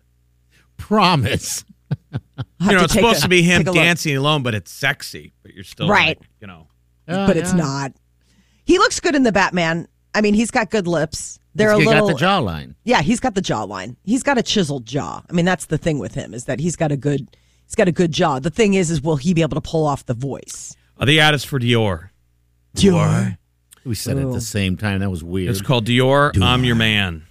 Speaker 3: promise.
Speaker 4: I'll have
Speaker 1: you know,
Speaker 4: to
Speaker 1: it's
Speaker 4: take a-
Speaker 1: supposed to be him
Speaker 4: take a look.
Speaker 1: dancing alone, but it's sexy. But you're still
Speaker 4: Right.
Speaker 1: like, you know,
Speaker 4: but it's not. He looks good in the Batman. I mean, he's got good lips. They're a
Speaker 3: He's
Speaker 4: little.
Speaker 3: got the jawline.
Speaker 4: Yeah, he's got the jawline. He's got a chiseled jaw. I mean, that's the thing with him is that he's got a good. He's got a good jaw. The thing is, is will he be able to pull off the voice?
Speaker 1: uh, the ad is for Dior.
Speaker 4: Dior.
Speaker 3: We said it at
Speaker 4: Ooh.
Speaker 3: the same time. That was weird.
Speaker 1: It's called Dior. I'm your man.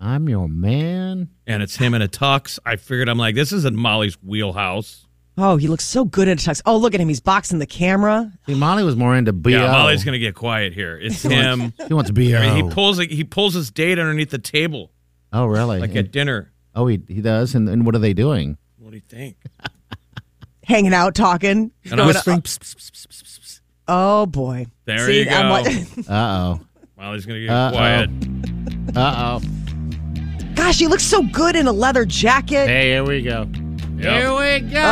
Speaker 3: I'm your man.
Speaker 1: And it's him in a tux. I figured I'm like, this isn't Molly's wheelhouse.
Speaker 4: Oh, he looks so good in a tux. Oh, look at him. He's boxing the camera.
Speaker 3: See, Molly was more into BO.
Speaker 1: Yeah, Molly's gonna get quiet here.
Speaker 4: *laughs*
Speaker 1: It's him.
Speaker 3: She wants BO.
Speaker 1: I mean, he pulls he pulls his date underneath the table
Speaker 3: oh, really?
Speaker 4: Mm-hmm.
Speaker 1: like at dinner.
Speaker 3: oh, he, he does? And, and what are they doing?
Speaker 1: What do you think?
Speaker 4: Hanging out, talking.
Speaker 1: And I was-
Speaker 3: Whispering.
Speaker 4: Oh boy.
Speaker 1: There you go.
Speaker 3: Uh-oh.
Speaker 1: Molly's gonna get
Speaker 3: Uh-oh.
Speaker 1: quiet.
Speaker 3: Uh-oh.
Speaker 4: *laughs* Gosh, he looks so good in a leather jacket.
Speaker 3: Hey, here we go. Here we go.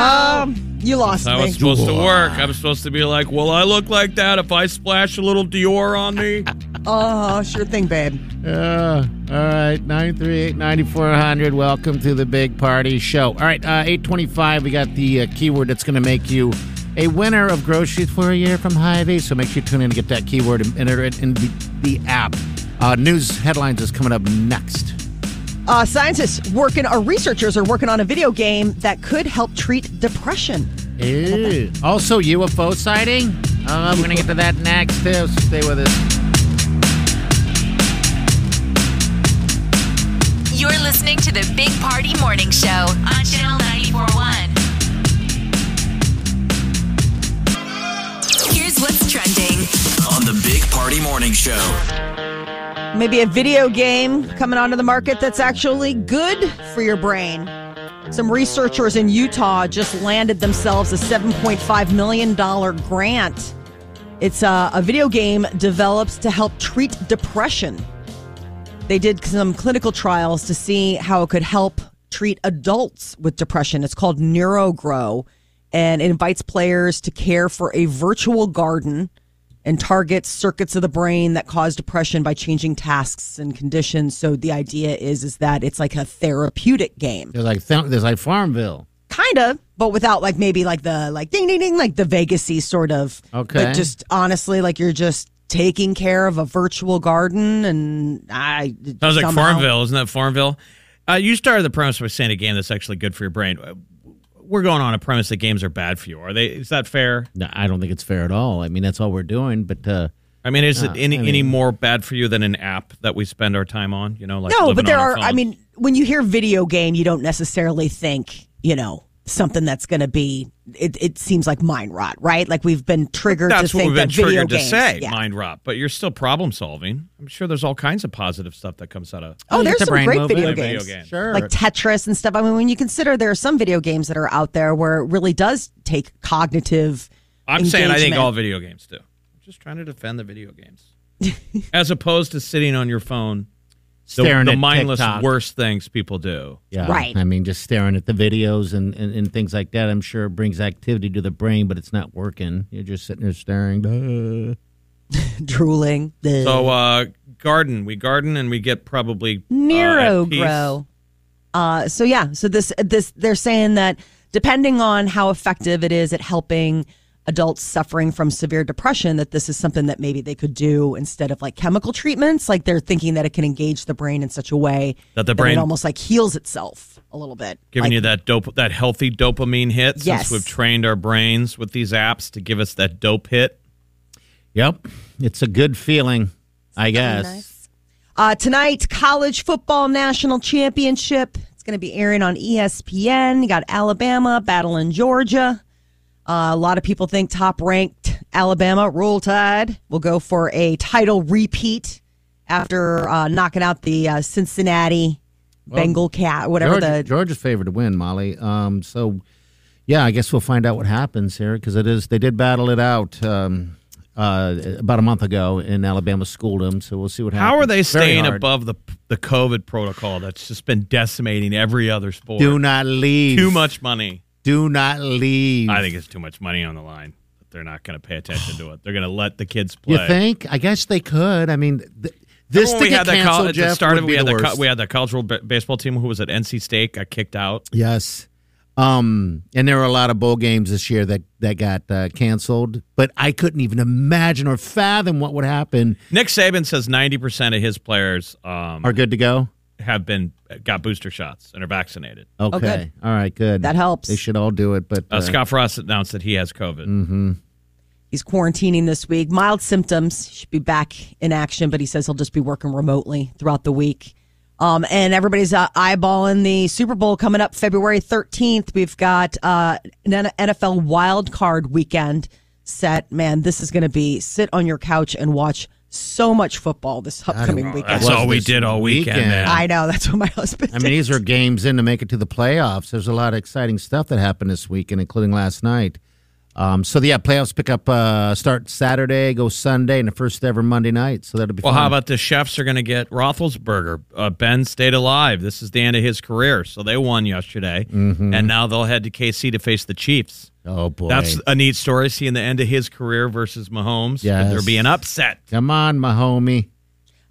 Speaker 4: Um, you lost
Speaker 1: That's how
Speaker 4: me.
Speaker 1: it's supposed to work. I'm supposed to be like, well, I look like that if I splash a little Dior on
Speaker 4: *laughs*
Speaker 1: me.
Speaker 4: Oh, sure thing, babe.
Speaker 3: Uh, all right, 938 9400. Welcome to the Big Party Show. All right, uh, 825, we got the uh, keyword that's going to make you a winner of groceries for a year from Hy-Vee. So make sure you tune in and get that keyword and enter it in the, the app. Uh, news headlines is coming up next.
Speaker 4: Uh, scientists working, or researchers are working on a video game that could help treat depression.
Speaker 3: Ew. Also, UFO sighting. Uh, we're going to get to that next, too. So stay with us.
Speaker 2: You're listening to the Big Party Morning Show on Channel 941. Here's what's trending.
Speaker 6: On the Big Party Morning Show.
Speaker 4: Maybe a video game coming onto the market that's actually good for your brain. Some researchers in Utah just landed themselves a $7.5 million grant. It's a, a video game developed to help treat depression. They did some clinical trials to see how it could help treat adults with depression. It's called NeuroGrow, and it invites players to care for a virtual garden and targets circuits of the brain that cause depression by changing tasks and conditions. So the idea is is that it's like a therapeutic game
Speaker 3: There's like, th- there's like Farmville.
Speaker 4: kind of but without like maybe like the like ding ding ding like the vegasy sort of
Speaker 3: Okay.
Speaker 4: but just honestly like you're just taking care of a virtual garden and i
Speaker 1: Sounds like
Speaker 4: somehow-
Speaker 1: Farmville, isn't that Farmville? Uh, you started the premise by saying a game that's actually good for your brain. Uh, We're going on a premise that games are bad for you. Are they? Is that fair?
Speaker 3: No, I don't think it's fair at all. I mean, that's all we're doing, but uh,
Speaker 1: I mean, is it any
Speaker 3: I mean-
Speaker 1: any more bad for you than an app that we spend our time on? You know, like
Speaker 4: no
Speaker 1: living
Speaker 4: but there
Speaker 1: on our
Speaker 4: are i
Speaker 1: phones?
Speaker 4: mean when you hear video game you don't necessarily think you know something that's going to be it, it seems like mind rot right like we've been triggered
Speaker 1: that's
Speaker 4: to
Speaker 1: what
Speaker 4: think
Speaker 1: we've been
Speaker 4: that video
Speaker 1: triggered to
Speaker 4: games
Speaker 1: say,
Speaker 4: yeah.
Speaker 1: mind rot. But you're still problem solving. I'm sure there's all kinds of positive stuff that comes out of
Speaker 4: oh
Speaker 3: you get
Speaker 4: there's
Speaker 3: the
Speaker 4: some
Speaker 3: brain
Speaker 4: great
Speaker 3: moving.
Speaker 4: video
Speaker 1: Play video games.
Speaker 4: games
Speaker 3: sure.
Speaker 4: like Tetris and stuff. I mean, when you consider there are some video games that are out there where it really does take cognitive.
Speaker 1: I'm saying I think
Speaker 4: engagement.
Speaker 1: all video games do. I'm just trying to defend the video games, *laughs* as opposed to sitting on your phone, the,
Speaker 3: Staring
Speaker 1: the
Speaker 3: at
Speaker 1: mindless
Speaker 3: TikTok.
Speaker 1: worst things people do.
Speaker 3: Yeah.
Speaker 4: Right.
Speaker 3: I mean, just staring at the videos and, and, and things like that, I'm sure it brings activity to the brain, but it's not working. You're just sitting there staring. Duh.
Speaker 4: drooling.
Speaker 1: So uh, garden, we garden and we get probably uh,
Speaker 4: Nero
Speaker 1: at peace.
Speaker 4: grow. Uh, so yeah, so this this they're saying that depending on how effective it is at helping adults suffering from severe depression, that this is something that maybe they could do instead of like chemical treatments. Like they're thinking that it can engage the brain in such a way
Speaker 1: That the
Speaker 4: it
Speaker 1: brain-
Speaker 4: almost like heals itself a little bit.
Speaker 1: Giving
Speaker 4: Like,
Speaker 1: you that dope, that healthy dopamine hit.
Speaker 4: Yes.
Speaker 1: Since we've trained our brains with these apps to give us that dope hit.
Speaker 3: Yep. It's a good feeling, I guess.
Speaker 4: Uh, tonight, college football national championship. It's going to be airing on E ESPN. You got Alabama battling Georgia. Uh, a lot of people think top ranked Alabama, Roll Tide, will go for a title repeat after uh, knocking out the uh, Cincinnati Bengal Cat, whatever
Speaker 3: Georgia,
Speaker 4: the
Speaker 3: Georgia's favored to win, Molly. Um, so, yeah, I guess we'll find out what happens here because it is they did battle it out um, uh, about a month ago, and Alabama schooled them. So we'll see what happens.
Speaker 1: How are they
Speaker 3: Very
Speaker 1: staying
Speaker 3: hard.
Speaker 1: above the the COVID protocol that's just been decimating every other sport?
Speaker 3: Do not leave.
Speaker 1: too much money.
Speaker 3: Do not leave.
Speaker 1: I think it's too much money on the line. They're not going to pay attention to it. They're going to let the kids play.
Speaker 3: You think? I guess they could. I mean, th- this to
Speaker 1: Remember when we
Speaker 3: get
Speaker 1: had that
Speaker 3: canceled,
Speaker 1: col- at
Speaker 3: Jeff,
Speaker 1: the start of
Speaker 3: would
Speaker 1: it, we
Speaker 3: be
Speaker 1: had
Speaker 3: the
Speaker 1: the,
Speaker 3: worst.
Speaker 1: we had the cultural b- baseball team who was at NC State got kicked out.
Speaker 3: Yes. Um, and there were a lot of bowl games this year that that got uh, canceled, but I couldn't even imagine or fathom what would happen.
Speaker 1: Nick Saban says ninety percent of his players um,
Speaker 3: Are good to go.
Speaker 1: have been got booster shots and are vaccinated.
Speaker 3: Okay.
Speaker 4: Oh, good.
Speaker 3: All right. Good.
Speaker 4: That helps.
Speaker 3: They should all do it. But
Speaker 1: Uh, Scott Frost announced that he has COVID.
Speaker 4: he's quarantining this week. Mild symptoms should be back in action, but he says he'll just be working remotely throughout the week. Um, and everybody's uh, eyeballing the Super Bowl coming up February 13th. We've got uh, an NFL wild card weekend set. Man, this is going to be sit on your couch and watch so much football this upcoming weekend.
Speaker 1: That's
Speaker 3: was
Speaker 1: all we
Speaker 3: this
Speaker 1: did all weekend.
Speaker 3: weekend.
Speaker 1: man.
Speaker 4: I know that's what my *laughs* husband.
Speaker 3: I mean, these are games in to make it to the playoffs. There's a lot of exciting stuff that happened this weekend, including last night. Um, so yeah, playoffs pick up uh, start Saturday, go Sunday, and the first ever Monday night. So that'll be
Speaker 1: Well,
Speaker 3: fun.
Speaker 1: how about the chefs are going to get Roethlisberger? Uh, ben stayed alive. This is the end of his career, so they won yesterday, and now they'll head to KC to face the Chiefs.
Speaker 3: oh Mm-hmm. boy,
Speaker 1: That's a neat story. Seeing the end of his career versus Mahomes.
Speaker 3: Yes.
Speaker 1: They're being upset.
Speaker 3: come on, my homie.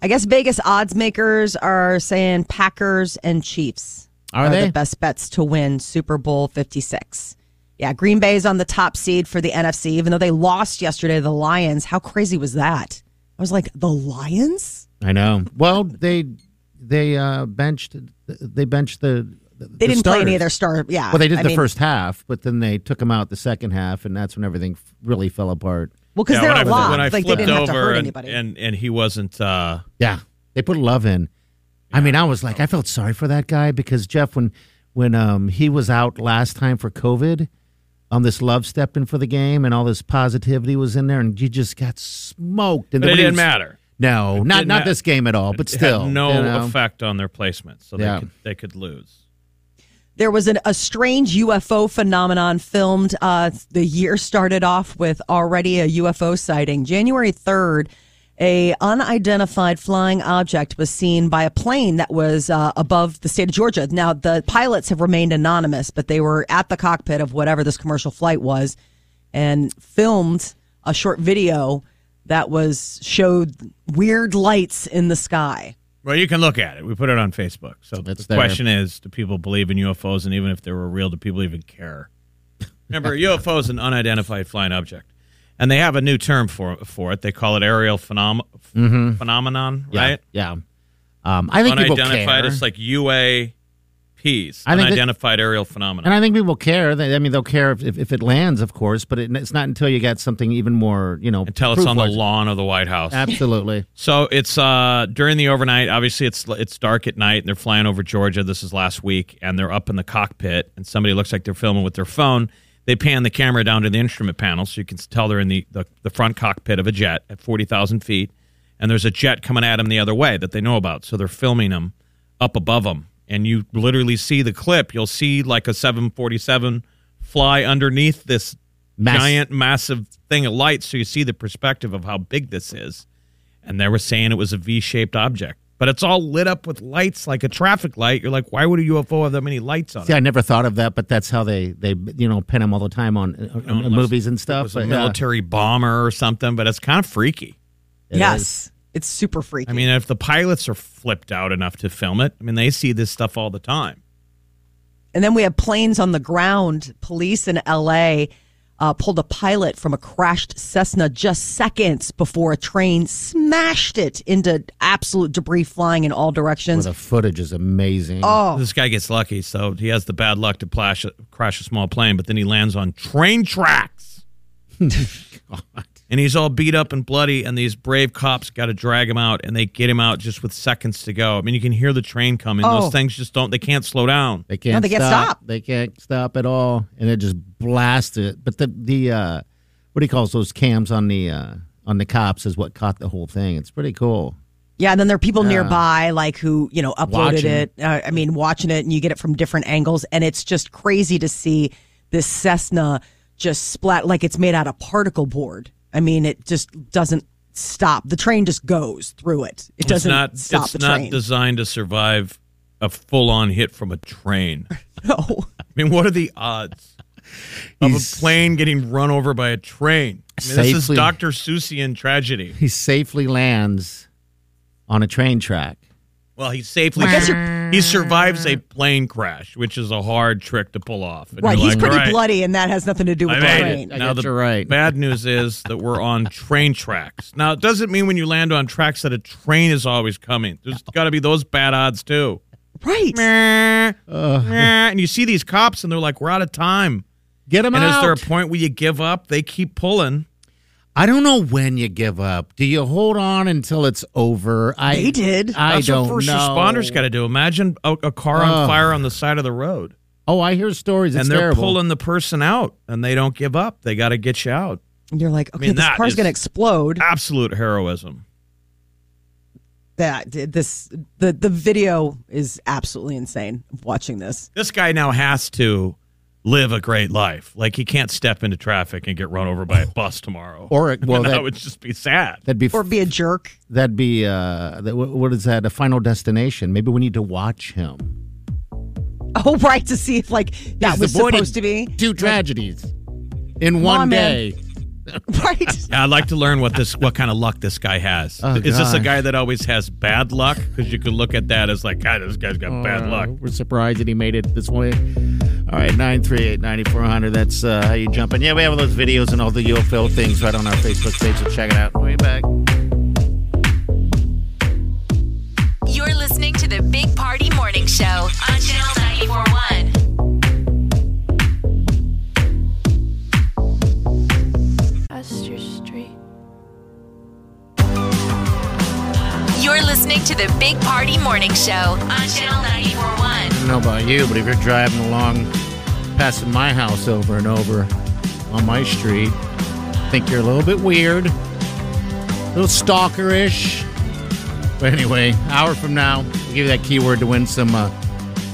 Speaker 4: I guess Vegas odds makers are saying Packers and Chiefs
Speaker 3: Are they?
Speaker 4: the best bets to win Super Bowl 56. Yeah, Green Bay is on the top seed for the NFC, even though they lost yesterday to the Lions. How crazy was that? I was like, the Lions?
Speaker 3: I know. Well, they they uh, benched they benched the.
Speaker 4: They didn't play any of their star. Yeah.
Speaker 3: Well, they did
Speaker 4: I
Speaker 3: the
Speaker 4: mean,
Speaker 3: first half, but then they took him out the second half, and that's when everything f- really fell apart.
Speaker 4: Well, because
Speaker 1: Yeah,
Speaker 4: they're
Speaker 1: when, I,
Speaker 4: alive.
Speaker 1: when I
Speaker 4: like, they
Speaker 1: flipped
Speaker 4: didn't have to
Speaker 1: over
Speaker 4: hurt
Speaker 1: and,
Speaker 4: anybody.
Speaker 1: and and he wasn't. Uh,
Speaker 3: Yeah, they put love in. I mean, I was like, I felt sorry for that guy because Jeff, when when um he was out last time for COVID, um, this love stepped in for the game, and all this positivity was in there, and you just got smoked. And
Speaker 1: but
Speaker 3: then
Speaker 1: it
Speaker 3: when he
Speaker 1: didn't
Speaker 3: was-
Speaker 1: matter.
Speaker 3: No, not
Speaker 1: didn't
Speaker 3: not
Speaker 1: ma-
Speaker 3: this game at all, but
Speaker 1: It had
Speaker 3: still,
Speaker 1: no
Speaker 3: you know.
Speaker 1: effect on their placement, so
Speaker 3: Yeah.
Speaker 1: they could, they could lose.
Speaker 4: there was an, a strange UFO phenomenon filmed. Uh, the year started off with already a UFO sighting. January 3rd, a unidentified flying object was seen by a plane that was uh, above the state of Georgia. Now, the pilots have remained anonymous, but they were at the cockpit of whatever this commercial flight was and filmed a short video that was showed weird lights in the sky.
Speaker 1: Well, you can look at it. We put it on Facebook. So
Speaker 3: It's
Speaker 1: the
Speaker 3: there.
Speaker 1: question is, do people believe in UFOs? And even if they were real, do people even care?
Speaker 3: *laughs*
Speaker 1: Remember, UFO is an unidentified flying object, and they have a new term for for it. They call it aerial phenom- phenomenon,
Speaker 3: Mm-hmm. yeah,
Speaker 1: right?
Speaker 3: Yeah, um, I think people
Speaker 1: Unidentified.
Speaker 3: care.
Speaker 1: It's like UAPs,
Speaker 3: I think that-
Speaker 1: unidentified aerial
Speaker 3: And
Speaker 1: phenomena.
Speaker 3: I think people care. They- I mean, they'll care if, if, if it lands, of course, but it, it's not until you get something even more, you know.
Speaker 1: Until it's
Speaker 3: proof
Speaker 1: on the
Speaker 3: wise.
Speaker 1: lawn of the White House.
Speaker 3: Absolutely.
Speaker 1: So it's uh, during the overnight. Obviously, it's it's dark at night, and they're flying over Georgia. This is last week, and they're up in the cockpit, and somebody looks like they're filming with their phone. They pan the camera down to the instrument panel, so you can tell they're in the the, the front cockpit of a jet at forty thousand feet, and there's a jet coming at them the other way that they know about. So they're filming them up above them, and you literally see the clip. You'll see like a seven forty seven fly underneath this
Speaker 3: Mass-
Speaker 1: giant, massive thing of light, so you see the perspective of how big this is and they were saying it was a V-shaped object. But it's all lit up with lights like a traffic light. You're like, why would a UFO have that many lights on
Speaker 3: See,
Speaker 1: it?
Speaker 3: I never thought of that, but that's how they they you know pin them all the time on, uh, on
Speaker 1: unless
Speaker 3: movies and
Speaker 1: It
Speaker 3: stuff.
Speaker 1: was a
Speaker 3: but, uh, yeah.
Speaker 1: military bomber or something, but it's kind of freaky.
Speaker 3: It
Speaker 4: yes.
Speaker 3: is.
Speaker 4: It's super freaky.
Speaker 1: I mean, if the pilots are flipped out enough to film it, I mean, they see this stuff all the time.
Speaker 4: And then we have planes on the ground. Police in LA uh, pulled a pilot from a crashed Cessna just seconds before a train smashed it into absolute debris flying in all
Speaker 3: Well,
Speaker 4: directions.
Speaker 3: the footage is amazing.
Speaker 4: Oh,
Speaker 1: This guy gets lucky, so he has the bad luck to plash, crash a small plane, but then he lands on train
Speaker 4: *laughs*
Speaker 1: tracks. and he's all beat up and bloody, and these brave cops got to drag him out, and they get him out just with seconds to go. I mean, you can hear the train coming.
Speaker 4: Oh.
Speaker 1: Those things just don't, they can't slow down.
Speaker 3: They can't.
Speaker 4: No, they can't stop.
Speaker 3: They can't stop at all, and it just blasted. it. But the the uh, what he calls those cams on the uh, on the cops is what caught the whole thing. It's pretty cool.
Speaker 4: Yeah, and then there are people nearby, like who you know uploaded
Speaker 3: Watching.
Speaker 4: it. Uh, I mean, watching it, and you get it from different angles, and it's just crazy to see this Cessna just splat like it's made out of particle board. I mean, it just doesn't stop. The train just goes through it. It
Speaker 1: It's
Speaker 4: doesn't
Speaker 1: not.
Speaker 4: stop
Speaker 1: It's
Speaker 4: the
Speaker 1: not
Speaker 4: train.
Speaker 1: designed to survive a full-on hit from a
Speaker 4: *laughs*
Speaker 1: train. I
Speaker 4: *laughs* no.
Speaker 1: mean, what are the odds of a
Speaker 3: He's-
Speaker 1: plane getting run over by a train? I mean, this is
Speaker 3: Safely.
Speaker 1: Doctor Seussian tragedy.
Speaker 3: He safely lands on a train track.
Speaker 1: Well, he safely.
Speaker 4: guess
Speaker 1: he survives a plane crash, which is a hard trick to pull off. And
Speaker 4: Right,
Speaker 1: you're
Speaker 4: he's
Speaker 1: like,
Speaker 4: pretty
Speaker 1: "All right,
Speaker 4: bloody, and that has nothing to do with
Speaker 1: I
Speaker 4: the
Speaker 1: made
Speaker 4: train.
Speaker 1: it.
Speaker 3: I
Speaker 1: Now
Speaker 3: guess
Speaker 1: the
Speaker 3: you're right.
Speaker 1: bad news is that
Speaker 3: *laughs*
Speaker 1: we're on train tracks. Now it doesn't mean when you land on tracks that a train is always coming. There's got to be those bad odds too.
Speaker 4: Right.
Speaker 1: Meh, meh. and you see these cops, and they're like, "We're out of time."
Speaker 3: Get him
Speaker 1: and is
Speaker 3: out.
Speaker 1: there a point where you give up? They keep pulling.
Speaker 3: I don't know when you give up. Do you hold on until it's over? I
Speaker 4: They did.
Speaker 3: I
Speaker 1: That's
Speaker 3: don't
Speaker 1: what first
Speaker 3: know.
Speaker 1: responders got to do. Imagine a, a car on fire on the side of the road,
Speaker 3: Oh, I hear stories. It's
Speaker 1: and they're
Speaker 3: terrible.
Speaker 1: pulling the person out, and they don't give up. They got to get you out.
Speaker 4: And you're like, okay,
Speaker 1: mean,
Speaker 4: this
Speaker 1: that
Speaker 4: car's
Speaker 1: is-
Speaker 4: going to explode.
Speaker 1: Absolute heroism.
Speaker 4: that this the the video is absolutely insane. Watching this,
Speaker 1: This guy now has to live a great life. Like he can't step into traffic and get run over by a bus tomorrow.
Speaker 3: Or
Speaker 1: *laughs*
Speaker 3: it- well,
Speaker 1: that,
Speaker 3: that-
Speaker 1: would just be sad.
Speaker 3: That'd be,
Speaker 4: or be a jerk. *laughs*
Speaker 3: that'd be uh that, wh- what is that? A final destination. Maybe we need to watch him.
Speaker 4: Oh, right, to see if like that
Speaker 3: He's
Speaker 4: was
Speaker 3: avoided
Speaker 4: supposed
Speaker 1: *laughs*
Speaker 4: to be
Speaker 3: two tragedies in one
Speaker 4: on, man.
Speaker 3: day.
Speaker 4: right.
Speaker 1: Yeah, I'd like to learn what this, what kind of luck this guy has.
Speaker 3: Oh,
Speaker 1: Is this a
Speaker 3: gosh.
Speaker 1: guy that always has bad luck? Because you could look at that as like, God, this guy's got bad
Speaker 3: Uh,
Speaker 1: luck.
Speaker 3: We're surprised that he made it this way. All right, 938 9400. That's uh, how you jump in. Yeah, we have all those videos and all the UFO things right on our Facebook page, so check it out. Way back.
Speaker 2: You're listening to the Big Party Morning Show on Channel 941.
Speaker 7: Astor Street.
Speaker 2: You're listening to the Big Party Morning Show on Channel 941.
Speaker 3: I don't know about you, but if you're driving along, passing my house over and over on my street, I think you're a little bit weird, a little stalkerish. But anyway, hour from now, we'll give you that keyword to win some uh,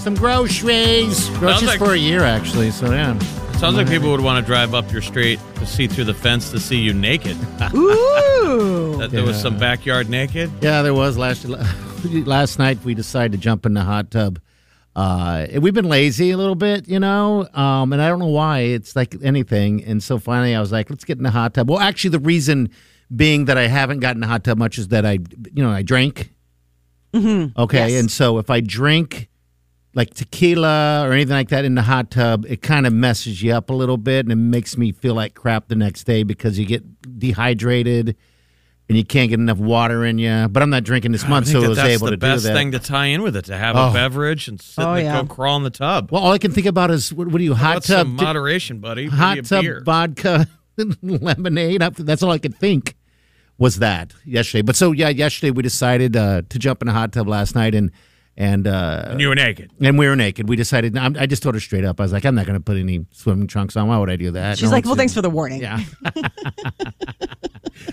Speaker 3: some groceries. Groceries
Speaker 1: like-
Speaker 3: for a year, actually. So yeah,
Speaker 1: Sounds like people would want to drive up your street to see through the fence to see you naked.
Speaker 4: Ooh,
Speaker 1: that there was some
Speaker 3: Yeah.
Speaker 1: backyard naked.
Speaker 3: Yeah, there was last *laughs* last night. We decided to jump in the hot tub. Uh, and we've been lazy a little bit, you know, um, and I don't know why. It's like anything, and so finally I was like, let's get in the hot tub. Well, actually, the reason being that I haven't gotten in the hot tub much is that I, you know, I drank. Mm-hmm. Okay, and so if I drink like tequila or anything like that in the hot tub, it kind of messes you up a little bit, and it makes me feel like crap the next day because you get dehydrated and you can't get enough water in you. But I'm not drinking this month,
Speaker 1: I think
Speaker 3: so I
Speaker 1: that
Speaker 3: was
Speaker 1: that's
Speaker 3: able
Speaker 1: the
Speaker 3: to
Speaker 1: best
Speaker 3: do that.
Speaker 1: thing to tie in with it to have
Speaker 3: Oh.
Speaker 1: a beverage and sit
Speaker 4: Oh,
Speaker 1: and
Speaker 4: yeah.
Speaker 1: go crawl in the tub.
Speaker 3: well, all I can think about is what, what do you hot
Speaker 1: That's
Speaker 3: tub
Speaker 1: some
Speaker 3: di-
Speaker 1: moderation, buddy. Give me a
Speaker 3: hot tub
Speaker 1: beer.
Speaker 3: vodka *laughs* lemonade. I- That's all I could think was that yesterday. But so yeah, yesterday we decided uh, to jump in a hot tub last night and and uh,
Speaker 1: and you were naked.
Speaker 3: and we were naked. We decided. I'm, I just told her straight up. I was like, I'm not going to put any swimming trunks on. Why would I do that?
Speaker 4: she's
Speaker 3: No
Speaker 4: like,
Speaker 3: one's
Speaker 4: well,
Speaker 3: doing
Speaker 4: thanks for the warning.
Speaker 3: Yeah.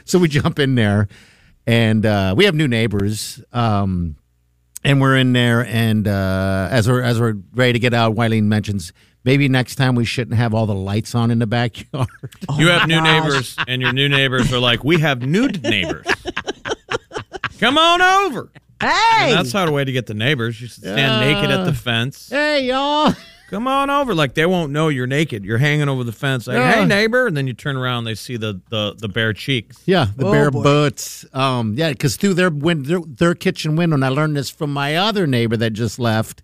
Speaker 3: so we jump in there, and uh, we have new neighbors. Um, and we're in there, and uh, as we're as we're ready to get out, Wileen mentions maybe next time we shouldn't have all the lights on in the
Speaker 4: *laughs*
Speaker 3: backyard.
Speaker 4: Oh.
Speaker 1: you have new
Speaker 4: gosh.
Speaker 1: neighbors, and your new neighbors are like, we have
Speaker 4: *laughs*
Speaker 1: nude neighbors. Come on over.
Speaker 4: Hey,
Speaker 1: And that's not a way to get the neighbors. You should stand naked at the fence.
Speaker 3: hey, y'all!
Speaker 1: Come on over. Like they won't know you're naked. You're hanging over the fence. Like, hey
Speaker 3: Yeah.
Speaker 1: neighbor, and then you turn around, they see the the, the bare cheeks.
Speaker 3: Yeah, the
Speaker 4: Oh,
Speaker 3: bare
Speaker 4: boy.
Speaker 3: butts. Um, yeah, because through their, win- their their kitchen window, and I learned this from my other neighbor that just left.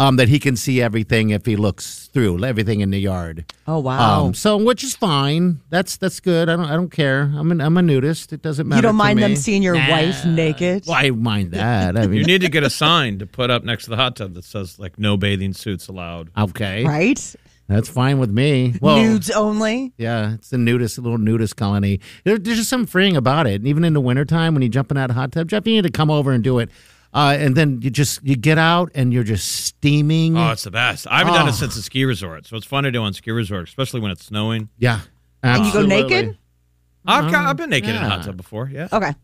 Speaker 3: Um, that he can see everything if he looks through everything in the yard.
Speaker 4: oh wow.
Speaker 3: Um, so which is fine. That's that's good. I don't I don't care. I'm an, I'm a nudist. It doesn't matter.
Speaker 4: you don't
Speaker 3: to
Speaker 4: mind
Speaker 3: me.
Speaker 4: them seeing your
Speaker 3: Nah.
Speaker 4: wife naked?
Speaker 3: Well, I mind that.
Speaker 4: *laughs*
Speaker 3: I
Speaker 1: You
Speaker 3: mean,
Speaker 1: need to get a sign to put up next to the hot tub that says like no bathing suits allowed.
Speaker 3: okay,
Speaker 4: Right?
Speaker 3: that's fine with me. Well,
Speaker 4: Nudes only.
Speaker 3: yeah, it's a nudist, a little nudist colony. There, there's just something freeing about it. And even in the wintertime when you jump in that hot tub, Jeff, you need to come over and do it. Uh, and then you just you get out and you're just steaming.
Speaker 1: Oh, it's the best. I haven't done
Speaker 3: Oh.
Speaker 1: it since the ski resort, so it's fun to do on ski resort, especially when it's snowing.
Speaker 3: yeah,
Speaker 4: you go
Speaker 3: absolutely.
Speaker 4: naked?
Speaker 1: I've
Speaker 3: Um,
Speaker 1: got, I've been naked in a
Speaker 3: yeah.
Speaker 1: hot tub before. Yeah.
Speaker 4: Okay.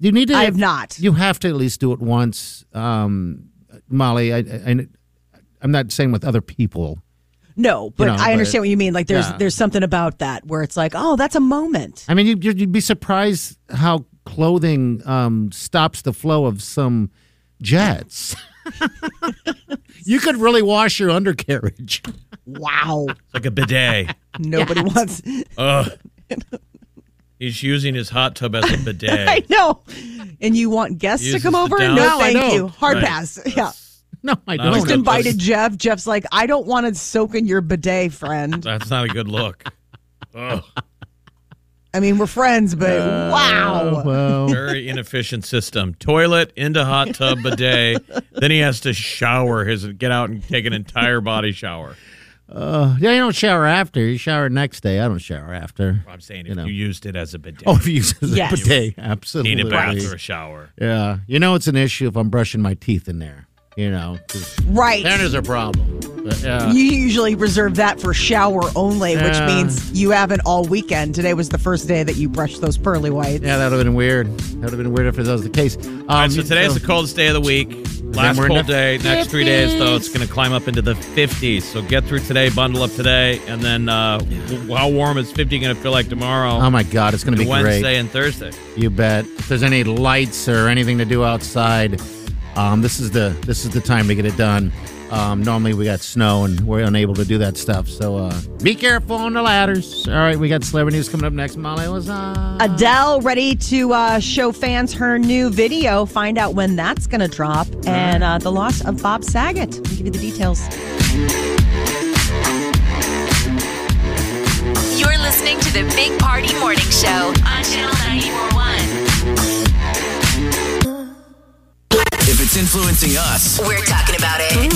Speaker 3: You need to.
Speaker 4: I have not.
Speaker 3: You have to at least do it once, um, Molly. I, I, I'm not saying with other people.
Speaker 4: No, but
Speaker 3: know,
Speaker 4: I
Speaker 3: but-
Speaker 4: understand what you mean. Like there's
Speaker 3: yeah.
Speaker 4: there's something about that where it's like, oh, that's a moment.
Speaker 3: I mean, you'd, you'd be surprised how clothing um, stops the flow of some jets. *laughs* you could really wash your undercarriage. *laughs*
Speaker 4: Wow.
Speaker 1: It's like a bidet.
Speaker 4: Nobody wants.
Speaker 1: Ugh. He's using his hot tub as a
Speaker 3: *laughs*
Speaker 1: bidet.
Speaker 4: I know. And you want guests
Speaker 1: Uses
Speaker 4: to come
Speaker 1: the
Speaker 4: over?
Speaker 1: down-
Speaker 4: No,
Speaker 1: No, I
Speaker 4: thank
Speaker 3: know.
Speaker 4: you. Hard
Speaker 1: Right.
Speaker 4: pass. Yeah.
Speaker 3: No, I
Speaker 1: Not
Speaker 3: don't.
Speaker 1: a
Speaker 4: Just
Speaker 1: good
Speaker 4: invited Jeff. Jeff's like, I don't want to soak in your bidet, friend.
Speaker 1: That's not a good look. Ugh.
Speaker 4: I mean, we're friends, but wow.
Speaker 3: Oh, Well,
Speaker 1: Very inefficient system. Toilet into hot tub bidet. then he has to shower his get out and take an entire body shower.
Speaker 3: yeah, you don't shower after. You shower next day. I don't shower after.
Speaker 1: I'm saying if
Speaker 3: You
Speaker 1: you,
Speaker 3: know.
Speaker 1: used it as a bidet,
Speaker 3: Oh, if you use it as
Speaker 4: Yes.
Speaker 3: a bidet,
Speaker 1: you need
Speaker 3: absolutely.
Speaker 1: a bath or a shower.
Speaker 3: Yeah, you know it's an issue if I'm brushing my teeth in there. You know, 'cause
Speaker 4: Right.
Speaker 3: that is a problem. But, yeah.
Speaker 4: You usually reserve that for shower only,
Speaker 3: Yeah.
Speaker 4: which means you haven't all weekend. Today was the first day that you brushed those pearly whites.
Speaker 3: Yeah, that would have been weird. That would have been weird if that was the case. Um,
Speaker 1: All right, so today's the coldest day of the week. Last
Speaker 3: we're in
Speaker 1: cold
Speaker 3: the
Speaker 1: day. Next three days, though, it's going to climb up into the 50s. So get through today, bundle up today, and then uh, w- how warm is 50 going to feel like tomorrow?
Speaker 3: Oh my God, it's going to be
Speaker 1: Wednesday
Speaker 3: great.
Speaker 1: and Thursday.
Speaker 3: You bet. If there's any lights or anything to do outside, um, this is the this is the time to get it done. Um, normally we got snow and we're unable to do that stuff. So uh, be careful on the ladders. All right, we got celebrity news coming up next. Molly was on.
Speaker 4: Adele ready to uh, show fans her new video. Find out when that's going to drop and uh, the loss of Bob Saget. We'll give you the details.
Speaker 2: You're listening to the Big Party Morning Show on Channel 941.
Speaker 6: If it's influencing us,
Speaker 2: We're talking about it.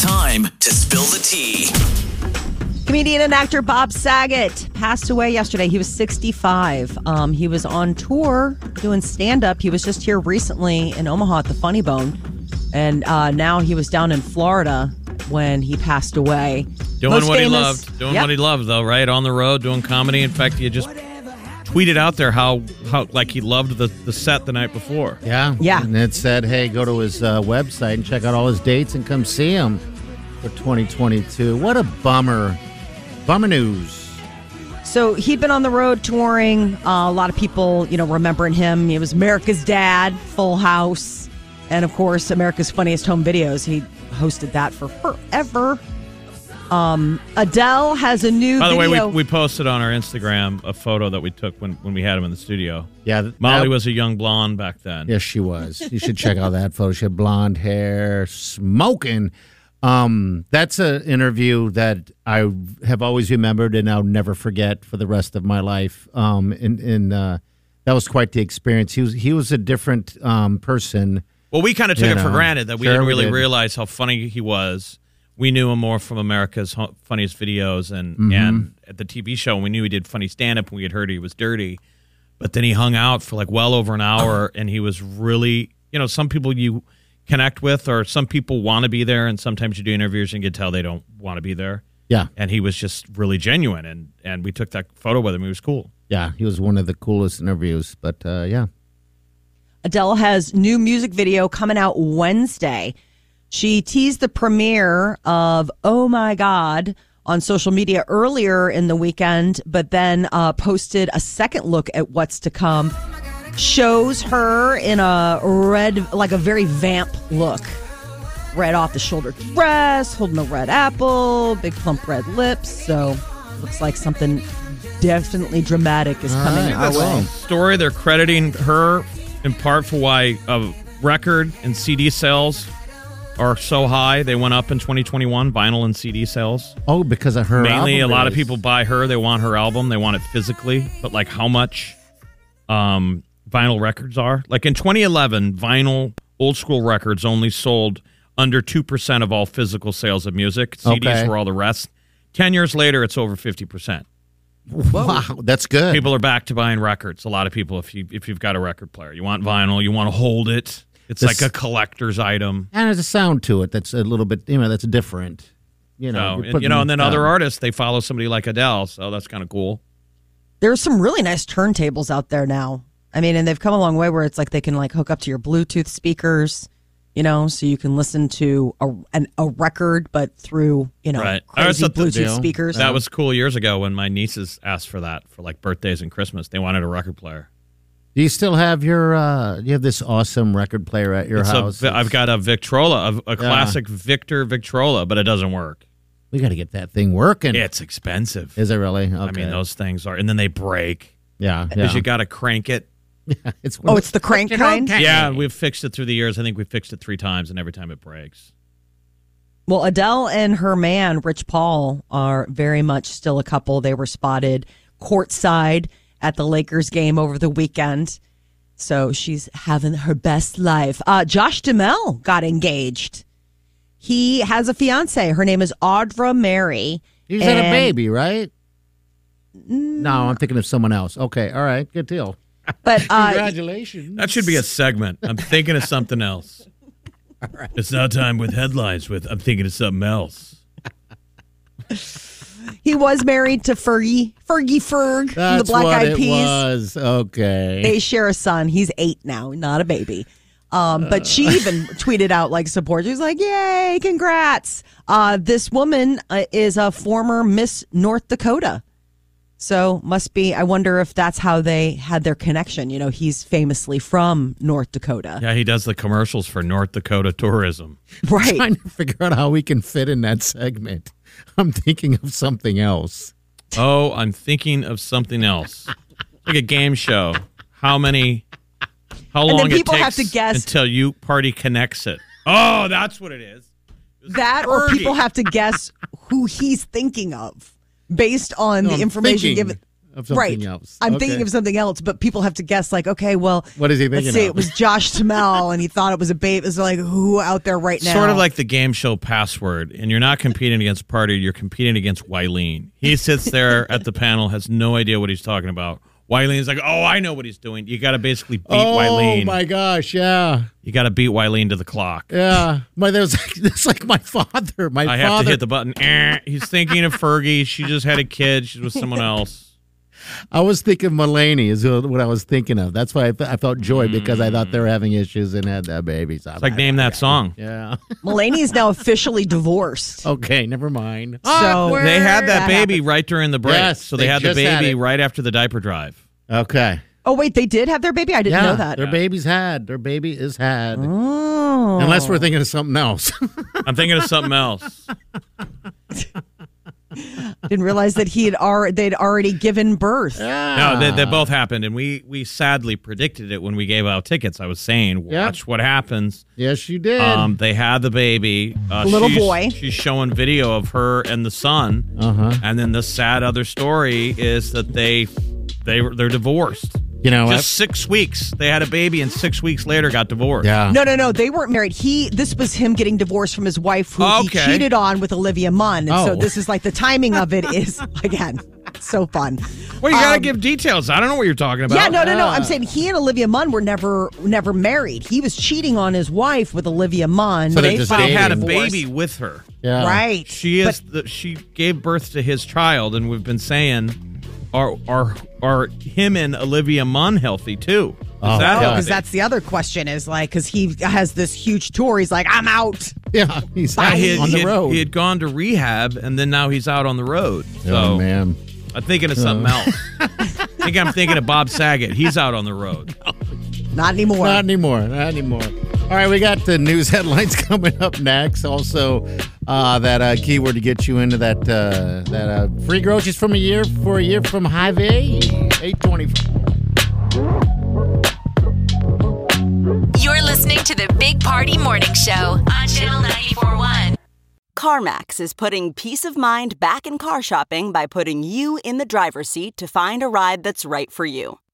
Speaker 6: time to spill the tea.
Speaker 4: Comedian and actor Bob Saget passed away yesterday. He was 65. Um, he was on tour doing stand up. He was just here recently in Omaha at the Funny Bone. And uh, now he was down in Florida when he passed away.
Speaker 1: Doing
Speaker 4: Most
Speaker 1: what he
Speaker 4: famous-
Speaker 1: loved. Doing
Speaker 4: Yep.
Speaker 1: what he loved, though, right? On the road, doing comedy. In fact, he just tweeted out there how, how like he loved the, the set the night before.
Speaker 3: Yeah.
Speaker 4: Yeah.
Speaker 3: And it said, hey, go to his uh, website and check out all his dates and come see him for 2022. What a bummer. Bummer news.
Speaker 4: So he'd been on the road touring. Uh, a lot of people, you know, remembering him. He was America's Dad, Full House, and of course, America's Funniest Home Videos. He hosted that for forever. Um, Adele has a new
Speaker 1: By the way,
Speaker 4: video.
Speaker 1: we, we posted on our Instagram a photo that we took when, when we had him in the studio.
Speaker 3: Yeah. th-
Speaker 1: Molly
Speaker 3: that-
Speaker 1: was a young blonde back then.
Speaker 3: Yes, she was. You should check out that photo. She had blonde hair, smoking. Um, that's an interview that I have always remembered and I'll never forget for the rest of my life. Um, and, and uh, that was quite the experience. He was he was a different um, person.
Speaker 1: Well, we kind of took
Speaker 3: You
Speaker 1: it for
Speaker 3: know,
Speaker 1: granted that we
Speaker 3: sure
Speaker 1: didn't
Speaker 3: we
Speaker 1: really
Speaker 3: did.
Speaker 1: realize how funny he was. We knew him more from America's Hu- Funniest Videos and
Speaker 3: Mm-hmm.
Speaker 1: and at the TV show. We knew he did funny stand up. We had heard he was dirty, but then he hung out for like well over an hour,
Speaker 3: Oh.
Speaker 1: and he was really you know some people you connect with or some people want to be there, and sometimes you do interviews and you can tell they don't want to be there.
Speaker 3: Yeah.
Speaker 1: And he was just really genuine, and and we took that photo with him. He was cool.
Speaker 3: Yeah. He was one of the coolest interviews. But uh, yeah.
Speaker 4: Adele has new music video coming out Wednesday. She teased the premiere of Oh My God on social media earlier in the weekend, but then uh, posted a second look at what's to come. Shows her in a red, like a very vamp look. Red off the shoulder dress, holding a red apple, big plump red lips. So looks like something definitely dramatic is coming
Speaker 3: right,
Speaker 4: her
Speaker 3: that's
Speaker 4: way.
Speaker 3: awesome.
Speaker 1: story. They're crediting her in part for why uh, record and CD sales are so high. They went up in 2021, vinyl and CD sales.
Speaker 3: Oh, because of her.
Speaker 1: Mainly, a
Speaker 3: album
Speaker 1: lot of
Speaker 3: release.
Speaker 1: people buy her. They want her album. They want it physically. But like, how much um, vinyl records are? Like in 2011, vinyl old school records only sold under two percent of all physical sales of music. CDs
Speaker 3: Okay.
Speaker 1: were all the rest. Ten years later, it's over fifty percent.
Speaker 3: Wow, that's *laughs* good.
Speaker 1: people are back to buying records. A lot of people, if you if you've got a record player, you want vinyl, you want to hold it. It's
Speaker 3: This-
Speaker 1: like a collector's item.
Speaker 3: and there's a sound to it that's a little bit, you know, that's different. You
Speaker 1: You
Speaker 3: know,
Speaker 1: know,
Speaker 3: you're
Speaker 1: Oh, and, you
Speaker 3: putting-
Speaker 1: know, and then other
Speaker 3: uh,
Speaker 1: artists they follow somebody like Adele, so that's kind of cool.
Speaker 4: there's some really nice turntables out there now. I mean, and they've come a long way where it's like they can like hook up to your Bluetooth speakers, you know, so you can listen to a an, a record, but through you know
Speaker 1: Right. I always
Speaker 4: crazy
Speaker 1: thought that-
Speaker 4: Bluetooth
Speaker 3: Yeah.
Speaker 4: speakers.
Speaker 1: That was cool years ago when my nieces asked for that for like birthdays and Christmas. They wanted a record player.
Speaker 3: Do you still have your? uh You have this awesome record player at your
Speaker 1: It's a,
Speaker 3: house.
Speaker 1: Vi- I've got a Victrola, a, a classic Victor Victrola, but it doesn't work.
Speaker 3: we got to get that thing working.
Speaker 1: It's expensive.
Speaker 3: Is it really? Okay.
Speaker 1: I mean, those things are, and then they break
Speaker 3: Yeah,
Speaker 1: because
Speaker 3: yeah. *laughs*
Speaker 1: you got to crank it.
Speaker 3: it's
Speaker 4: oh, it's the crank kind.
Speaker 1: Yeah, we've fixed it through the years. I think we fixed it three times, and every time it breaks.
Speaker 4: Well, Adele and her man, Rich Paul, are very much still a couple. They were spotted courtside at the Lakers game over the weekend. So she's having her best life. Uh, Josh Duhamel got engaged. He has a fiance. Her name is Audra Mary.
Speaker 3: He's had a
Speaker 4: And- Mm.
Speaker 3: baby, right? No, I'm thinking of someone else. Okay, all right, good deal.
Speaker 4: But uh,
Speaker 3: Congratulations.
Speaker 1: That should be a segment. I'm thinking of something
Speaker 4: *laughs*
Speaker 1: else. It's now time with headlines. With I'm thinking of something else.
Speaker 4: he was married to Fergie, Fergie Ferg, from
Speaker 3: That's
Speaker 4: the Black
Speaker 3: what
Speaker 4: Eyed
Speaker 3: it
Speaker 4: Peas.
Speaker 3: was. Okay.
Speaker 4: They share a son. He's eight now, not a baby. Um, but she even tweeted out like support. She was like, "Yay, congrats!" Uh, this woman uh, is a former Miss North Dakota, so must be. I wonder if that's how they had their connection. You know, he's famously from North Dakota,
Speaker 1: Yeah, he does the commercials for North Dakota tourism.
Speaker 4: *laughs*
Speaker 3: *laughs*
Speaker 4: right?
Speaker 3: trying to figure out how we can fit in that segment. *laughs* I'm thinking of something else.
Speaker 1: Oh, I'm thinking of something else. Like a game show. How many? How
Speaker 4: then
Speaker 1: long it
Speaker 4: people
Speaker 1: takes
Speaker 4: have to guess-
Speaker 1: until you party connects it? Oh, that's what it is.
Speaker 4: That or
Speaker 1: Fergie.
Speaker 4: people have to guess who he's thinking of based on
Speaker 3: No,
Speaker 4: the
Speaker 3: I'm
Speaker 4: information
Speaker 3: thinking
Speaker 4: given.
Speaker 3: of something
Speaker 4: right.
Speaker 3: else.
Speaker 4: I'm
Speaker 3: Okay.
Speaker 4: thinking of something else, but people have to guess. Like, okay, well,
Speaker 3: What is he thinking
Speaker 4: Let's say
Speaker 3: of?
Speaker 4: it was Josh Tamel, and he thought it was a babe. It's like who out there right now?
Speaker 1: Sort of like the game show password, and you're not competing against Party, you're competing against Wyleen. He sits
Speaker 3: *laughs*
Speaker 1: there at the panel, has no idea what he's talking about. Wylene's like, oh, I know what he's doing. You got to basically beat
Speaker 3: Oh
Speaker 1: Wyleen.
Speaker 3: my gosh! Yeah,
Speaker 1: You got to beat Wyleen to the clock.
Speaker 3: yeah. My there's *laughs* like, it's like my father. My
Speaker 1: I
Speaker 3: father.
Speaker 1: have to hit the button. Eh, he's thinking of Fergie. She just had a kid. She's with someone else.
Speaker 3: I was thinking Mulaney is who- what I was thinking of. That's why I, fe- I felt joy because I thought they were having issues and had that baby. So
Speaker 1: Mm. It's like name that song.
Speaker 3: yeah. *laughs*
Speaker 4: Mulaney is now officially divorced.
Speaker 3: okay, never mind. Oh,
Speaker 4: So
Speaker 1: Oh, They had that
Speaker 4: That
Speaker 1: baby right during the break.
Speaker 3: Yes,
Speaker 1: so they,
Speaker 3: they
Speaker 1: had the
Speaker 3: just had
Speaker 1: baby
Speaker 3: it.
Speaker 1: right after the diaper drive.
Speaker 3: Okay.
Speaker 4: Oh wait, they did have their baby. I didn't
Speaker 3: yeah,
Speaker 4: know that.
Speaker 3: their baby's had. Their baby is had.
Speaker 4: Oh.
Speaker 3: Unless we're thinking of something else. *laughs*
Speaker 1: I'm thinking of something else.
Speaker 4: Didn't realize that he had already they'd already given birth.
Speaker 1: No, that,
Speaker 4: Ah.
Speaker 1: that both happened, and we we sadly predicted it when we gave out tickets. I was saying,
Speaker 3: Yeah.
Speaker 1: watch what happens.
Speaker 3: yes, you did.
Speaker 1: Um, they had the baby, uh,
Speaker 4: Little
Speaker 1: she's-
Speaker 4: boy.
Speaker 1: She's showing video of her and the son,
Speaker 3: Uh-huh.
Speaker 1: and then the sad other story is that they they were- they're divorced.
Speaker 3: you
Speaker 4: Oh,
Speaker 3: know,
Speaker 1: Just six weeks. They had a baby, and six weeks later got divorced.
Speaker 3: yeah.
Speaker 4: No, no, no. They weren't married. He this was him getting divorced from his wife who
Speaker 1: Okay.
Speaker 4: he cheated on with Olivia Munn. And
Speaker 3: Oh.
Speaker 4: so this is like the timing of it is *laughs* again so fun.
Speaker 1: Well, you gotta
Speaker 4: Um,
Speaker 1: give details. I don't know what you're talking about.
Speaker 4: Yeah, no, no, no. I'm saying he and Olivia Munn were never never married. He was cheating on his wife with Olivia Munn.
Speaker 3: So they're
Speaker 4: They
Speaker 3: just Oh.
Speaker 4: filed
Speaker 1: They had a
Speaker 4: divorce.
Speaker 1: baby with her.
Speaker 3: Yeah.
Speaker 4: Right.
Speaker 1: She is. the, she gave birth to his child, and we've been saying, are are are him and Olivia Munn healthy too? Is
Speaker 3: Oh,
Speaker 1: that
Speaker 3: yeah.
Speaker 4: Oh,
Speaker 1: healthy?
Speaker 4: because that's the other question is like, because he has this huge tour. He's like, I'm out.
Speaker 3: Yeah. *laughs* He's
Speaker 1: Yeah,
Speaker 3: out
Speaker 1: he had,
Speaker 3: on
Speaker 1: he
Speaker 3: the
Speaker 1: had-
Speaker 3: road.
Speaker 1: He had gone to rehab, and then now he's out on the road. So
Speaker 3: oh, man.
Speaker 1: I'm thinking of something else. I think I'm thinking of Bob Saget. He's out on the
Speaker 4: *laughs*
Speaker 1: road.
Speaker 4: Not anymore.
Speaker 3: Not anymore. Not anymore. All right, we got the news *laughs* headlines coming up next. Also, uh, that uh, keyword to get you into that uh, that uh, free groceries from a year for a year from Hive A, eight twenty.
Speaker 2: You're listening to the Big Party Morning Show on Channel 941.
Speaker 8: CarMax is putting peace of mind back in car shopping by putting you in the driver's seat to find a ride that's right for you.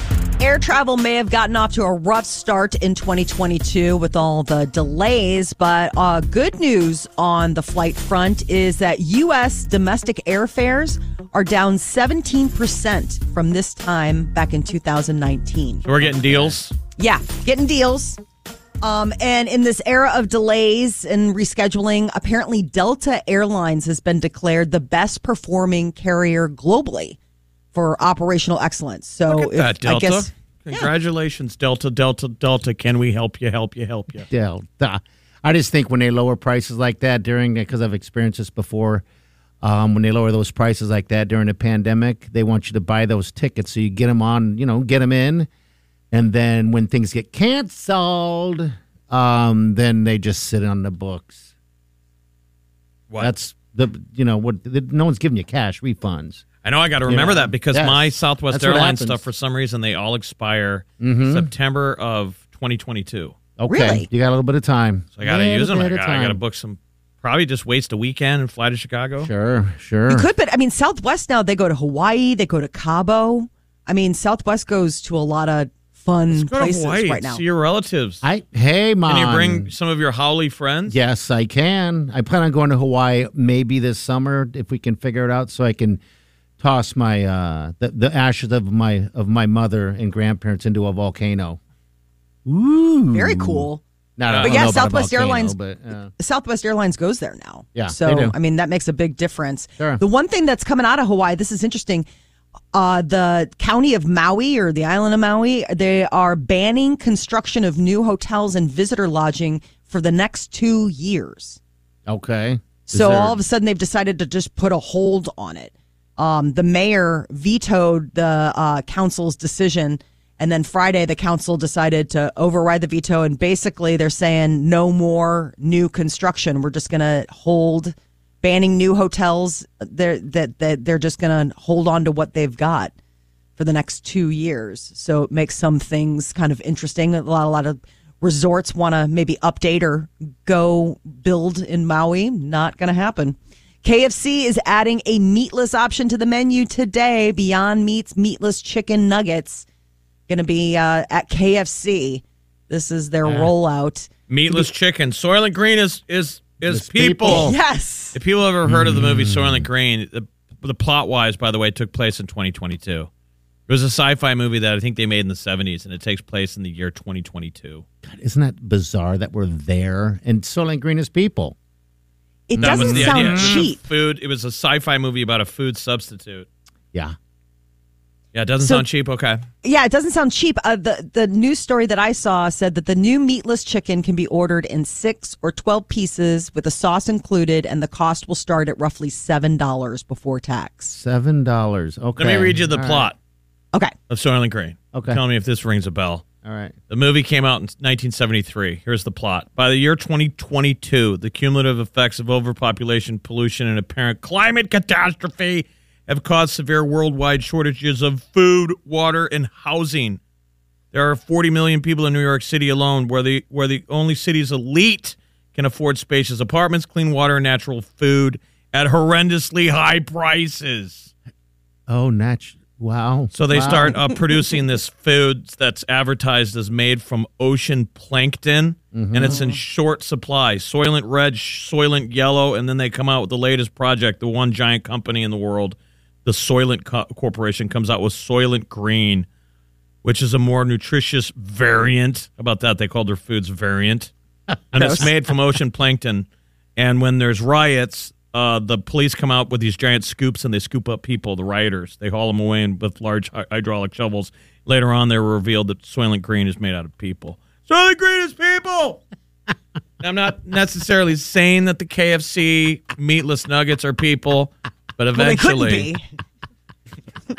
Speaker 4: Air travel may have gotten off to a rough start in 2022 with all the delays, but uh, good news on the flight front is that U.S. domestic airfares are down 17% from this time back in 2019.
Speaker 1: So we're getting deals.
Speaker 4: Yeah, getting deals. Um, and in this era of delays and rescheduling, apparently Delta Airlines has been declared the best performing carrier globally for operational excellence. So
Speaker 1: Look at that,
Speaker 4: if- I
Speaker 1: Delta.
Speaker 4: guess
Speaker 1: Congratulations, Delta, Delta, Delta. Can we help you? Help you? Help you?
Speaker 3: Delta. I just think when they lower prices like that during because I've experienced this before. Um, when they lower those prices like that during the pandemic, they want you to buy those tickets so you get them on, you know, get them in, and then when things get canceled, um, then they just sit on the books.
Speaker 1: What?
Speaker 3: That's the you know what? The, no one's giving you cash refunds.
Speaker 1: I know I got to remember
Speaker 3: Yeah.
Speaker 1: that because
Speaker 3: Yes.
Speaker 1: my Southwest
Speaker 3: That's what
Speaker 1: Airlines
Speaker 3: happens.
Speaker 1: stuff, for some reason, they all expire
Speaker 3: Mhm.
Speaker 1: September of 2022.
Speaker 3: Okay, you got a little bit of time.
Speaker 1: So I got to
Speaker 3: Little
Speaker 1: use them. I
Speaker 3: bit of
Speaker 1: got to
Speaker 3: time.
Speaker 1: book some. Probably just waste a weekend and fly to Chicago.
Speaker 3: Sure, sure.
Speaker 4: You could, but I mean, Southwest now they go to Hawaii, they go to Cabo. I mean, Southwest goes to a lot of fun
Speaker 1: Go to
Speaker 4: places
Speaker 1: Hawaii.
Speaker 4: right now.
Speaker 1: See your relatives.
Speaker 3: I hey, mom.
Speaker 1: Can you bring some of your Howley friends?
Speaker 3: Yes, I can. I plan on going to Hawaii maybe this summer if we can figure it out, so I can toss my uh, the, the ashes of my of my mother and grandparents into a volcano. Ooh,
Speaker 4: Very cool.
Speaker 3: Not,
Speaker 4: But yeah, Southwest Airlines-
Speaker 3: uh,
Speaker 4: Southwest Airlines goes there now.
Speaker 3: Yeah,
Speaker 4: So
Speaker 3: they do.
Speaker 4: I mean, that makes a big difference.
Speaker 3: Sure.
Speaker 4: The one thing that's coming out of Hawaii, this is interesting. Uh, the county of Maui or the island of Maui, they are banning construction of new hotels and visitor lodging for the next two years.
Speaker 3: okay. Is
Speaker 4: So
Speaker 3: there-
Speaker 4: all of a sudden, they've decided to just put a hold on it. Um, the mayor vetoed the uh, council's decision, and then Friday, the council decided to override the veto. And basically, they're saying no more new construction. We're just going to hold banning new hotels. They're that that they're just going to hold on to what they've got for the next two years. So it makes some things kind of interesting. A lot, a lot of resorts want to maybe update or go build in Maui. Not going to happen. KFC is adding a meatless option to the menu today. Beyond Meat's meatless chicken nuggets going to be uh, at KFC. This is their rollout.
Speaker 1: Meatless chicken. Soylent Green is is is people.
Speaker 4: Yes.
Speaker 1: If people ever heard of the
Speaker 3: Mm.
Speaker 1: movie Soylent Green, the, the plot wise, by the way, took place in 2022. It was a sci-fi movie that I think they made in the 70s, and it takes place in the year 2022.
Speaker 3: isn't that bizarre that we're there and Soylent Green is people?
Speaker 4: It
Speaker 1: That was
Speaker 4: doesn't
Speaker 1: the
Speaker 4: sound
Speaker 1: idea.
Speaker 4: cheap.
Speaker 1: Food. It was a sci-fi movie about a food substitute.
Speaker 3: Yeah,
Speaker 1: Yeah, it doesn't
Speaker 4: So-
Speaker 1: sound cheap. Okay.
Speaker 4: Yeah, it doesn't sound cheap. Uh, the the news story that I saw said that the new meatless chicken can be ordered in six or twelve pieces with the sauce included, and the cost will start at roughly seven dollars before tax.
Speaker 3: seven dollars. Okay,
Speaker 1: Let me read you the
Speaker 3: All right.
Speaker 1: plot
Speaker 4: Okay,
Speaker 1: of Soylent Green.
Speaker 3: Okay.
Speaker 1: Tell me if this rings a bell.
Speaker 3: All right.
Speaker 1: The movie came out in 1973. Here's the plot. By the year 2022, the cumulative effects of overpopulation, pollution, and apparent climate catastrophe have caused severe worldwide shortages of food, water, and housing. There are 40 million people in New York City alone, where the where the only city's elite can afford spacious apartments, clean water, and natural food at horrendously high prices.
Speaker 3: Oh, Natch. Wow.
Speaker 1: So they
Speaker 3: Wow.
Speaker 1: start uh, producing this food that's advertised as made from ocean plankton, and it's
Speaker 3: Mm-hmm.
Speaker 1: in short supply. Soylent red, soylent yellow, and then they come out with the latest project. The one giant company in the world, the Soylent Co- Corporation, comes out with Soylent Green, which is a more nutritious variant. How about that? They called their foods variant, and it's made from ocean plankton. And when there's riots, uh, the police come out with these giant scoops and they scoop up people, the rioters. They haul them away and with large hy- hydraulic shovels. Later on, they were revealed that Soylent Green is made out of people. Soylent Green is people. *laughs* I'm not necessarily saying that the KFC meatless nuggets are people, but
Speaker 4: well, they couldn't
Speaker 1: eventually,
Speaker 4: *laughs* be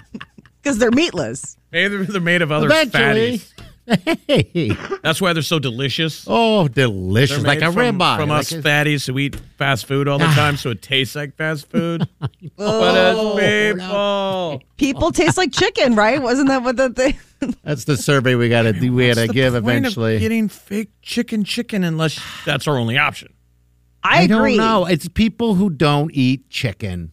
Speaker 4: because they're meatless.
Speaker 1: Maybe they're made of other
Speaker 3: Eventually.
Speaker 1: fatties.
Speaker 3: *laughs* Hey.
Speaker 1: That's why they're so delicious.
Speaker 3: Oh, delicious.
Speaker 1: They're
Speaker 3: Like
Speaker 1: made
Speaker 3: a
Speaker 1: from,
Speaker 3: ribeye.
Speaker 1: From
Speaker 3: Like
Speaker 1: us
Speaker 3: a-
Speaker 1: fatties who eat fast food all the
Speaker 4: Ah.
Speaker 1: time, so it tastes like fast
Speaker 4: *laughs*
Speaker 1: food. but
Speaker 4: Oh.
Speaker 1: it's people.
Speaker 4: People taste like chicken, right? Wasn't that what the thing?
Speaker 3: That's the survey we got to do. We had to give eventually.
Speaker 1: getting fake chicken chicken unless that's our only option.
Speaker 4: I,
Speaker 3: don't
Speaker 4: agree.
Speaker 3: know. It's people who don't eat chicken,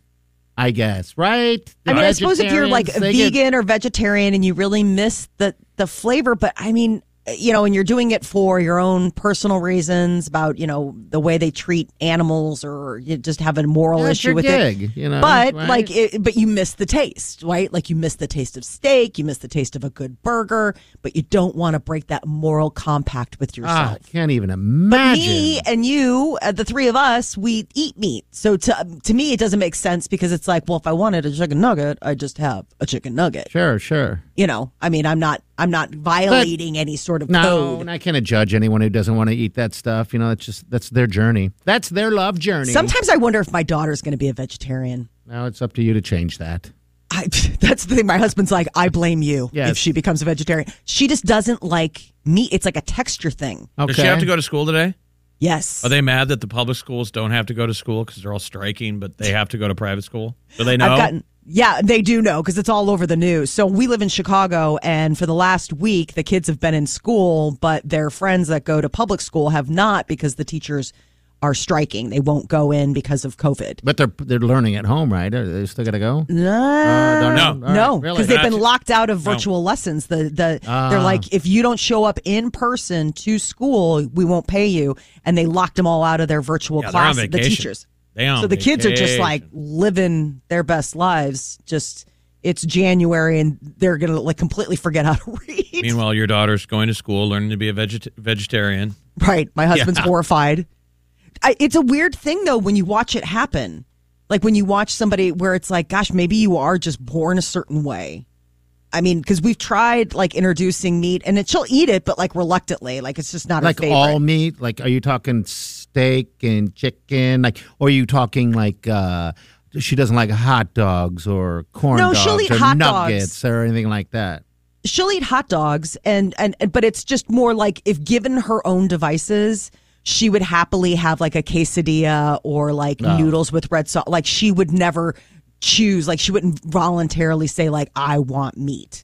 Speaker 3: I guess, right?
Speaker 4: I mean, I suppose if you're like a
Speaker 3: Vegetarians, they
Speaker 4: vegan
Speaker 3: get-
Speaker 4: or vegetarian and you really miss the the flavor, but I mean, you know, and you're doing it for your own personal reasons about you know the way they treat animals or you just have a moral
Speaker 3: That's
Speaker 4: issue
Speaker 3: your
Speaker 4: with
Speaker 3: gig,
Speaker 4: it.
Speaker 3: you know,
Speaker 4: but
Speaker 3: right?
Speaker 4: like, it, but you miss the taste, right? Like you miss the taste of steak, you miss the taste of a good burger, but you don't want to break that moral compact with
Speaker 3: Ah,
Speaker 4: yourself.
Speaker 3: I can't even imagine.
Speaker 4: Me and you, uh, the three of us, we eat meat. So to to me, it doesn't make sense because it's like, well, if I wanted a chicken nugget, I just have a chicken nugget.
Speaker 3: sure, sure.
Speaker 4: You know, I mean, I'm not I'm not violating any sort of
Speaker 3: No,
Speaker 4: code.
Speaker 3: and I can't judge anyone who doesn't want to eat that stuff. You know, that's just that's their journey. That's their love journey.
Speaker 4: Sometimes I wonder if my daughter's going to be a vegetarian.
Speaker 3: now it's up to you to change that.
Speaker 4: I, *laughs* that's the thing. My husband's like, I blame you
Speaker 3: Yes.
Speaker 4: if she becomes a vegetarian. She just doesn't like meat. It's like a texture thing.
Speaker 3: Okay.
Speaker 1: Does she have to go to school today?
Speaker 4: Yes.
Speaker 1: Are they mad that the public schools don't have to go to school because they're all striking, but they have to go to private school? Do they know?
Speaker 4: I've gotten yeah, they do know because it's all over the news. So we live in Chicago, and for the last week, the kids have been in school, but their friends that go to public school have not because the teachers are striking. They won't go in because of COVID.
Speaker 3: But they're they're learning at home, right? Are they still got to go?
Speaker 4: No,
Speaker 3: Uh, don't know.
Speaker 1: No.
Speaker 3: All right,
Speaker 4: no, because
Speaker 3: really?
Speaker 4: they've been
Speaker 1: Gotcha.
Speaker 4: locked out of
Speaker 1: No.
Speaker 4: virtual lessons. The the they're
Speaker 3: Ah.
Speaker 4: like, if you don't show up in person to school, we won't pay you, and they locked them all out of their virtual
Speaker 1: Yeah, they're on
Speaker 4: class. The
Speaker 1: vacation.
Speaker 4: teachers.
Speaker 1: They on
Speaker 4: So the kids are just
Speaker 1: vacation.
Speaker 4: like living their best lives. Just it's January and they're gonna like completely forget how to *laughs* read.
Speaker 1: Meanwhile, your daughter's going to school, learning to be a veget- vegetarian.
Speaker 4: Right. My husband's
Speaker 1: Yeah.
Speaker 4: horrified. I, it's a weird thing though when you watch it happen. Like when you watch somebody where it's like, gosh, maybe you are just born a certain way. I mean, because we've tried like introducing meat and it, she'll eat it, but like reluctantly. Like it's just not
Speaker 3: like
Speaker 4: her favorite.
Speaker 3: all meat? Like, are you talking steak and chicken? Like, or are you talking like uh, she doesn't like hot dogs or corn
Speaker 4: No,
Speaker 3: dogs
Speaker 4: she'll eat
Speaker 3: or
Speaker 4: hot dogs.
Speaker 3: nuggets or anything like that?
Speaker 4: she'll eat hot dogs and, and and- but it's just more like if given her own devices she would happily have like a quesadilla or like noodles with red sauce like she would never choose like she wouldn't voluntarily say like i want meat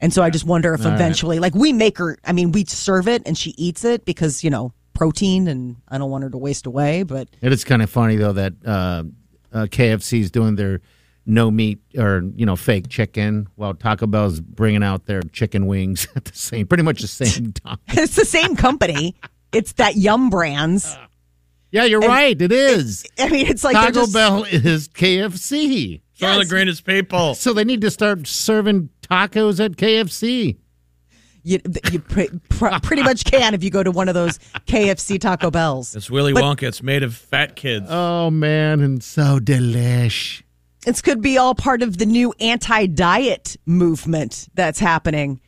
Speaker 4: and so i just wonder if
Speaker 3: All right.
Speaker 4: eventually like we make her i mean we serve it and she eats it because you know protein and i don't want her to waste away but *laughs*
Speaker 3: It is kind of funny though that uh, uh, KFC is doing their no meat or you know fake chicken, while Taco Bell's bringing out their chicken wings *laughs* at the same, pretty much the same time.
Speaker 4: it's the same company it's that yum brands
Speaker 3: Yeah, you're right. It is.
Speaker 4: i mean it's like they're
Speaker 3: Taco
Speaker 4: just-
Speaker 3: Bell is KFC.
Speaker 1: Some of the
Speaker 4: Yes.
Speaker 1: greatest people.
Speaker 4: *laughs*
Speaker 3: So they need to start serving tacos at KFC.
Speaker 4: You, you pre- pr- pretty much can if you go to one of those KFC Taco Bells.
Speaker 1: It's Willy Wonka. It's made of fat kids.
Speaker 3: Oh man, and so delish.
Speaker 4: This could be all part of the new anti-diet movement that's happening.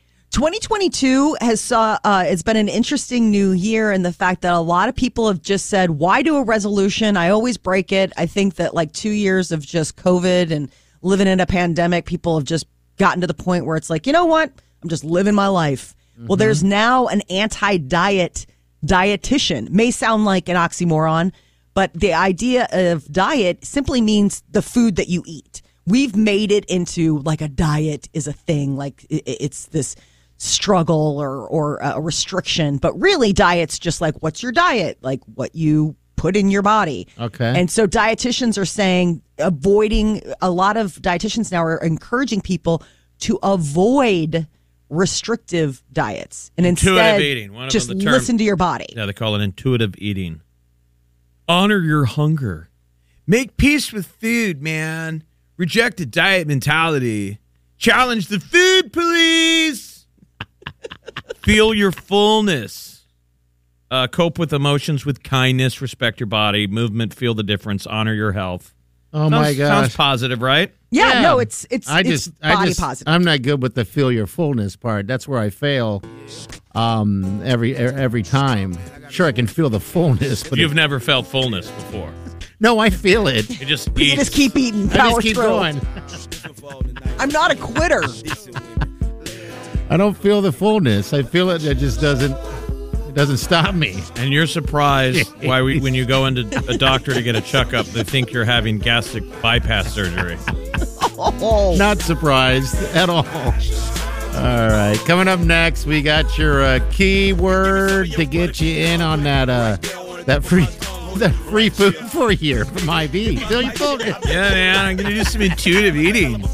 Speaker 4: 2022 has saw uh, it's been an interesting new year, and the fact that a lot of people have just said, "Why do a resolution? I always break it." I think that like two years of just COVID and living in a pandemic, people have just gotten to the point where it's like, you know what? I'm just living my life. Well, there's now an anti-diet dietitian. May sound like an oxymoron, but the idea of diet simply means the food that you eat. We've made it into like a diet is a thing, like i- i- it's this struggle or or a restriction, but really diet's just like what's your diet? Like what you put in your body.
Speaker 3: Okay.
Speaker 4: And so dietitians are saying avoiding a lot of dietitians now are encouraging people to avoid restrictive diets and
Speaker 1: Intuitive
Speaker 4: instead
Speaker 1: eating, one of
Speaker 4: just
Speaker 1: them, the term.
Speaker 4: listen to your body.
Speaker 1: Yeah, they call it intuitive eating. Honor your hunger. Make peace with food, man. Reject the diet mentality. Challenge the food police. *laughs* Feel your fullness. Uh, cope with emotions with kindness. Respect your body. Movement. Feel the difference. Honor your health.
Speaker 3: Oh
Speaker 1: sounds,
Speaker 3: my
Speaker 1: Sounds
Speaker 3: gosh.
Speaker 1: positive, right?
Speaker 4: Yeah, no, it's it's
Speaker 3: I
Speaker 4: it's
Speaker 3: just,
Speaker 4: body
Speaker 3: I just,
Speaker 4: positive.
Speaker 3: I'm not good with the feel your fullness part. That's where I fail. Um, every e- every time. Sure, I can feel the fullness, but
Speaker 1: You've never felt fullness before.
Speaker 3: no, I feel it. *laughs*
Speaker 1: You just
Speaker 4: you
Speaker 1: eat.
Speaker 4: just keep eating,
Speaker 3: I
Speaker 4: power
Speaker 3: just keep
Speaker 4: through.
Speaker 3: *laughs* going.
Speaker 4: I'm not a quitter.
Speaker 3: I don't feel the fullness. I feel it. It just doesn't. It doesn't stop me.
Speaker 1: And you're *laughs* surprised why we, when you go into a doctor to get a checkup, they think you're having gastric bypass surgery.
Speaker 3: Not surprised at all. All right, coming up next, we got your uh, keyword to get you in on that uh, that free *laughs* that free food for a year from IB. Feel your fullness.
Speaker 1: Yeah, man, I'm gonna do some intuitive eating.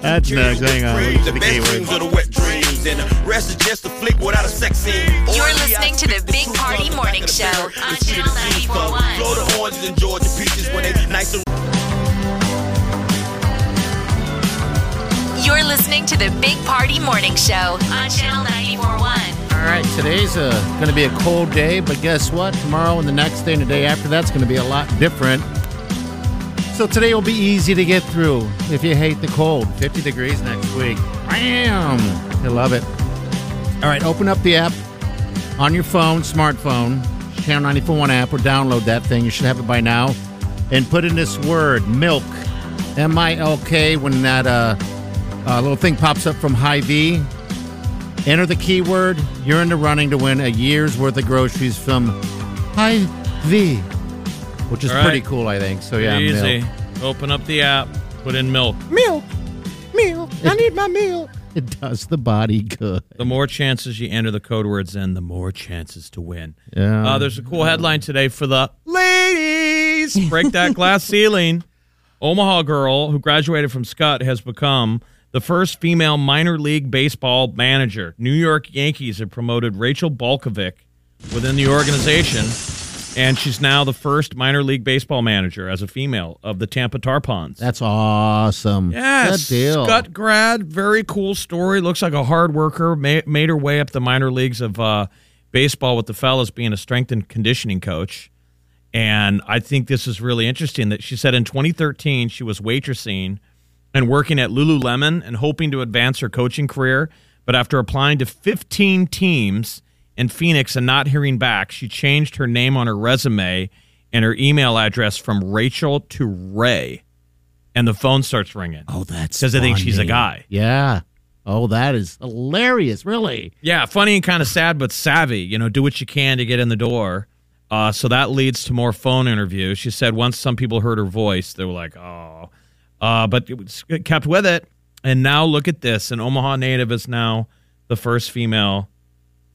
Speaker 3: That's next. Hang on.
Speaker 9: The best dreams are the wet dreams, and the rest is just a flick without a sex scene.
Speaker 2: You're listening to the Big Party Morning Show on Channel 941.
Speaker 9: Florida oranges and Georgia peaches when they nice and
Speaker 2: You're listening to the Big Party Morning Show on Channel 941.
Speaker 3: All right, today's uh, going to be a cold day, but guess what? Tomorrow and the next day and the day after that's going to be a lot different. So today will be easy to get through if you hate the cold. 50 degrees next week. Bam! You love it. All right, open up the app on your phone, smartphone, Channel 941 app, or download that thing. You should have it by now. And put in this word, milk, M I L K, when that uh, uh, little thing pops up from High V. Enter the keyword. You're in the running to win a year's worth of groceries from High V, which is
Speaker 1: All right.
Speaker 3: pretty cool, I think. So, yeah,
Speaker 1: easy.
Speaker 3: milk.
Speaker 1: Open up the app, put in milk.
Speaker 10: Milk. Milk. I need my milk.
Speaker 3: *laughs* It does the body good.
Speaker 1: The more chances you enter the code words in, the more chances to win.
Speaker 3: Yeah.
Speaker 1: Uh, there's a cool headline today for the ladies. Break that glass ceiling. Omaha girl who graduated from Scott has become the first female minor league baseball manager. New York Yankees have promoted Rachel Balkovic within the organization, and she's now the first minor league baseball manager as a female of the Tampa Tarpons.
Speaker 3: That's awesome.
Speaker 1: Yes,
Speaker 3: Mm-hmm. Good deal.
Speaker 1: Scott grad, very cool story. Looks like a hard worker. Ma- made her way up the minor leagues of uh, baseball with the fellas, being a strength and conditioning coach. And I think this is really interesting that she said in 2013 she was waitressing and working at Lululemon and hoping to advance her coaching career. But after applying to 15 teams in Phoenix and not hearing back, she changed her name on her resume and her email address from Rachel to Ray and the phone starts ringing. Oh,
Speaker 3: that's
Speaker 1: because they think she's a
Speaker 3: funny.
Speaker 1: guy.
Speaker 3: Yeah. Oh, that is hilarious. Really.
Speaker 1: Yeah, funny and kind of sad, but savvy. You know, do what you can to get in the door. Uh, so that leads to more phone interviews. She said once some people heard her voice, they were like, "Oh," uh, but it, was, it kept with it. And now look at this: an Omaha native is now the first female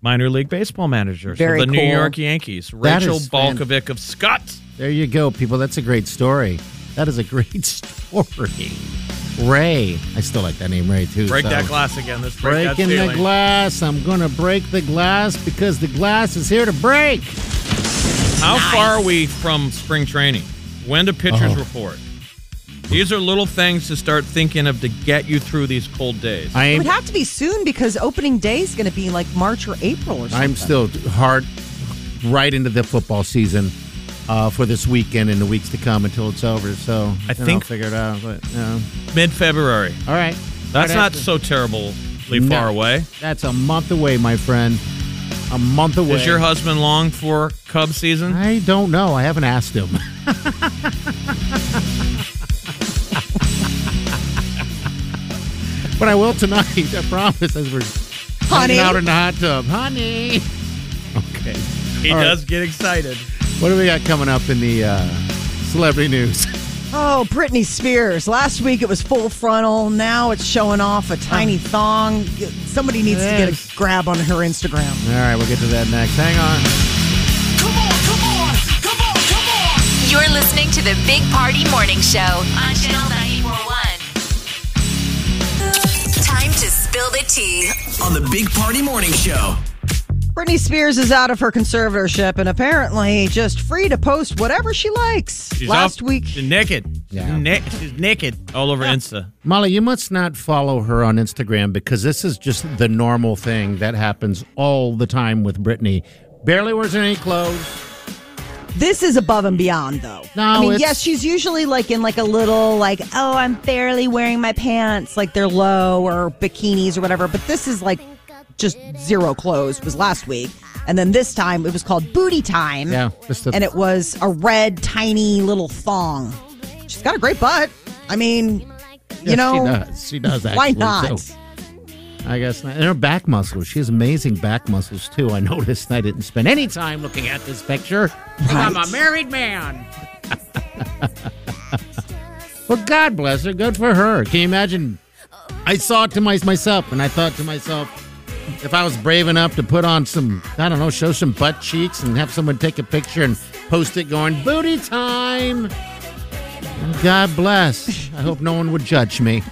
Speaker 1: minor league baseball manager.
Speaker 3: Very
Speaker 1: so the New
Speaker 3: cool.
Speaker 1: York Yankees,
Speaker 3: That
Speaker 1: Rachel
Speaker 3: is fan-
Speaker 1: Balkovic of Scott.
Speaker 3: There you go, people. That's a great story. That is a *laughs* great story. Ray. I still like that name, Ray, too.
Speaker 1: Break
Speaker 3: so-
Speaker 1: that glass again. Let's break that
Speaker 3: Breaking the
Speaker 1: ceiling.
Speaker 3: glass. I'm going to break the glass because the glass is here to break.
Speaker 1: How far are we from spring training? When do pitchers
Speaker 3: Oh.
Speaker 1: report? These are little things to start thinking of to get you through these cold days.
Speaker 4: It would have to be soon because opening day is going to be like March or April or something.
Speaker 3: I'm still hard right into the football season uh, for this weekend and the weeks to come until it's over. So
Speaker 1: I
Speaker 3: you know,
Speaker 1: think-
Speaker 3: figure it out. But yeah.
Speaker 1: Mid February.
Speaker 3: all right,
Speaker 1: That's
Speaker 3: Right
Speaker 1: not
Speaker 3: after-
Speaker 1: so terribly
Speaker 3: No.
Speaker 1: far away.
Speaker 3: That's a month away, my friend. A month away.
Speaker 1: Does your husband long for Cub season?
Speaker 3: I don't know. I haven't asked him. *laughs* but I will tonight. *laughs* I promise. As we're
Speaker 4: Honey.
Speaker 3: hanging out in the hot tub, honey. *laughs* Okay.
Speaker 1: He
Speaker 3: All right.
Speaker 1: does get excited.
Speaker 3: What do we got coming up in the uh, celebrity news? *laughs*
Speaker 4: Oh, Britney Spears. Last week it was full frontal. Now it's showing off a tiny thong. Somebody needs to
Speaker 3: Yes.
Speaker 4: get a grab on her Instagram.
Speaker 3: All right, we'll get to that next. Hang on.
Speaker 2: You're listening to the Big Party Morning Show on Channel 941. Time to spill the tea.
Speaker 6: On the Big Party Morning Show.
Speaker 4: Britney Spears is out of her conservatorship and apparently just free to post whatever she likes.
Speaker 1: She's
Speaker 4: Last
Speaker 1: off-
Speaker 4: week,
Speaker 1: She's naked.
Speaker 3: Yeah.
Speaker 1: She's, na- she's naked all over Insta.
Speaker 3: Molly, you must not follow her on Instagram because this is just the normal thing that happens all the time with Britney. Barely wears any clothes.
Speaker 4: this is above and beyond, though.
Speaker 3: No,
Speaker 4: I mean,
Speaker 3: it's-
Speaker 4: yes, she's usually like in like a little like, oh, I'm barely wearing my pants, like they're low or bikinis or whatever. But this is like just zero clothes. Was last week, and then this time it was called booty time.
Speaker 3: Yeah, just a-
Speaker 4: and it was a red tiny little thong. She's got a great butt. I mean,
Speaker 3: Yes,
Speaker 4: you know, *laughs*
Speaker 3: *laughs* she does. She does. Actually.
Speaker 4: why not?
Speaker 3: So I guess not. And her back muscles. She has amazing back muscles too. I *laughs* noticed. I didn't spend any time looking at this picture.
Speaker 11: I'm a married man.
Speaker 3: Well, God bless her. Good for her. Can you imagine? I saw it to my, myself, and I thought to myself, if I was brave enough to put on some, I don't know, show some butt cheeks and have someone take a picture and post it going, booty time. God bless. I hope no one would judge me.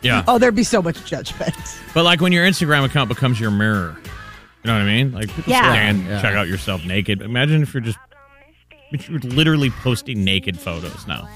Speaker 1: Yeah.
Speaker 4: Oh, there'd be so much judgment.
Speaker 1: But like when your Instagram account becomes your mirror, you know what I mean? Like people
Speaker 4: Yeah.
Speaker 1: stand,
Speaker 4: Yeah.
Speaker 1: check out yourself naked. Imagine if you're just you're literally posting naked photos now.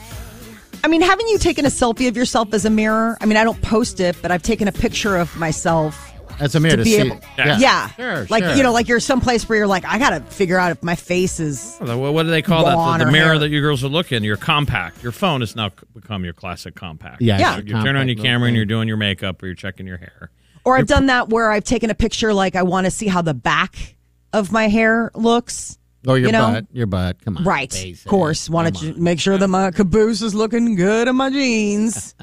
Speaker 4: I mean, haven't you taken a selfie of yourself as a mirror? I mean, I don't post it, but I've taken a picture of myself
Speaker 3: As a mirror to
Speaker 4: be
Speaker 3: see-
Speaker 4: able-
Speaker 3: yeah.
Speaker 4: yeah,
Speaker 3: Sure,
Speaker 4: like
Speaker 3: sure.
Speaker 4: you know, like you're someplace where you're like, I gotta figure out if my face is.
Speaker 1: What what do they call that?
Speaker 4: Blonde
Speaker 1: The, the
Speaker 4: or
Speaker 1: mirror
Speaker 4: hair.
Speaker 1: that you girls are looking. Your compact. Your phone has now c- become your classic compact.
Speaker 4: Yeah, Yeah.
Speaker 1: You,
Speaker 4: it's
Speaker 1: you
Speaker 4: a
Speaker 1: turn on
Speaker 4: compact
Speaker 1: your
Speaker 4: little
Speaker 1: camera and
Speaker 4: thing.
Speaker 1: you're doing your makeup or you're checking your hair.
Speaker 4: Or I've done that where I've taken a picture, like I want to see how the back of my hair looks.
Speaker 3: Or Oh, your
Speaker 4: you know?
Speaker 3: butt. Your butt. Come on.
Speaker 4: Right,
Speaker 3: face
Speaker 4: of course. Want to make sure that my caboose is looking good in my jeans.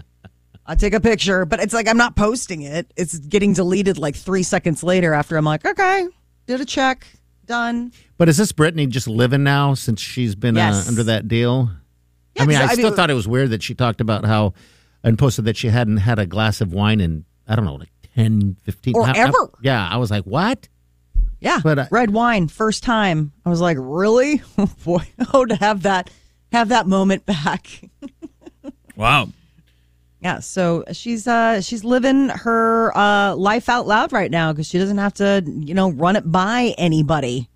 Speaker 4: I take a picture, but it's like I'm not posting it. It's getting deleted like three seconds later after I'm like, okay, did a check, done.
Speaker 3: But is this Brittany just living now since she's been
Speaker 4: Yes.
Speaker 3: uh, under that deal? I
Speaker 4: Yeah,
Speaker 3: mean,
Speaker 4: 'cause
Speaker 3: I
Speaker 4: I
Speaker 3: still
Speaker 4: mean-
Speaker 3: thought it was weird that she talked about how and posted that she hadn't had a glass of wine in, I don't know, like 10, 15
Speaker 4: Or
Speaker 3: I- I-
Speaker 4: ever.
Speaker 3: yeah. I was like, what?
Speaker 4: Yeah, red wine, first time. I was like, really? *laughs* Oh boy, oh to have that, have that moment back. *laughs*
Speaker 1: Wow.
Speaker 4: Yeah, so she's uh she's living her uh life out loud right now because she doesn't have to, you know, run it by anybody.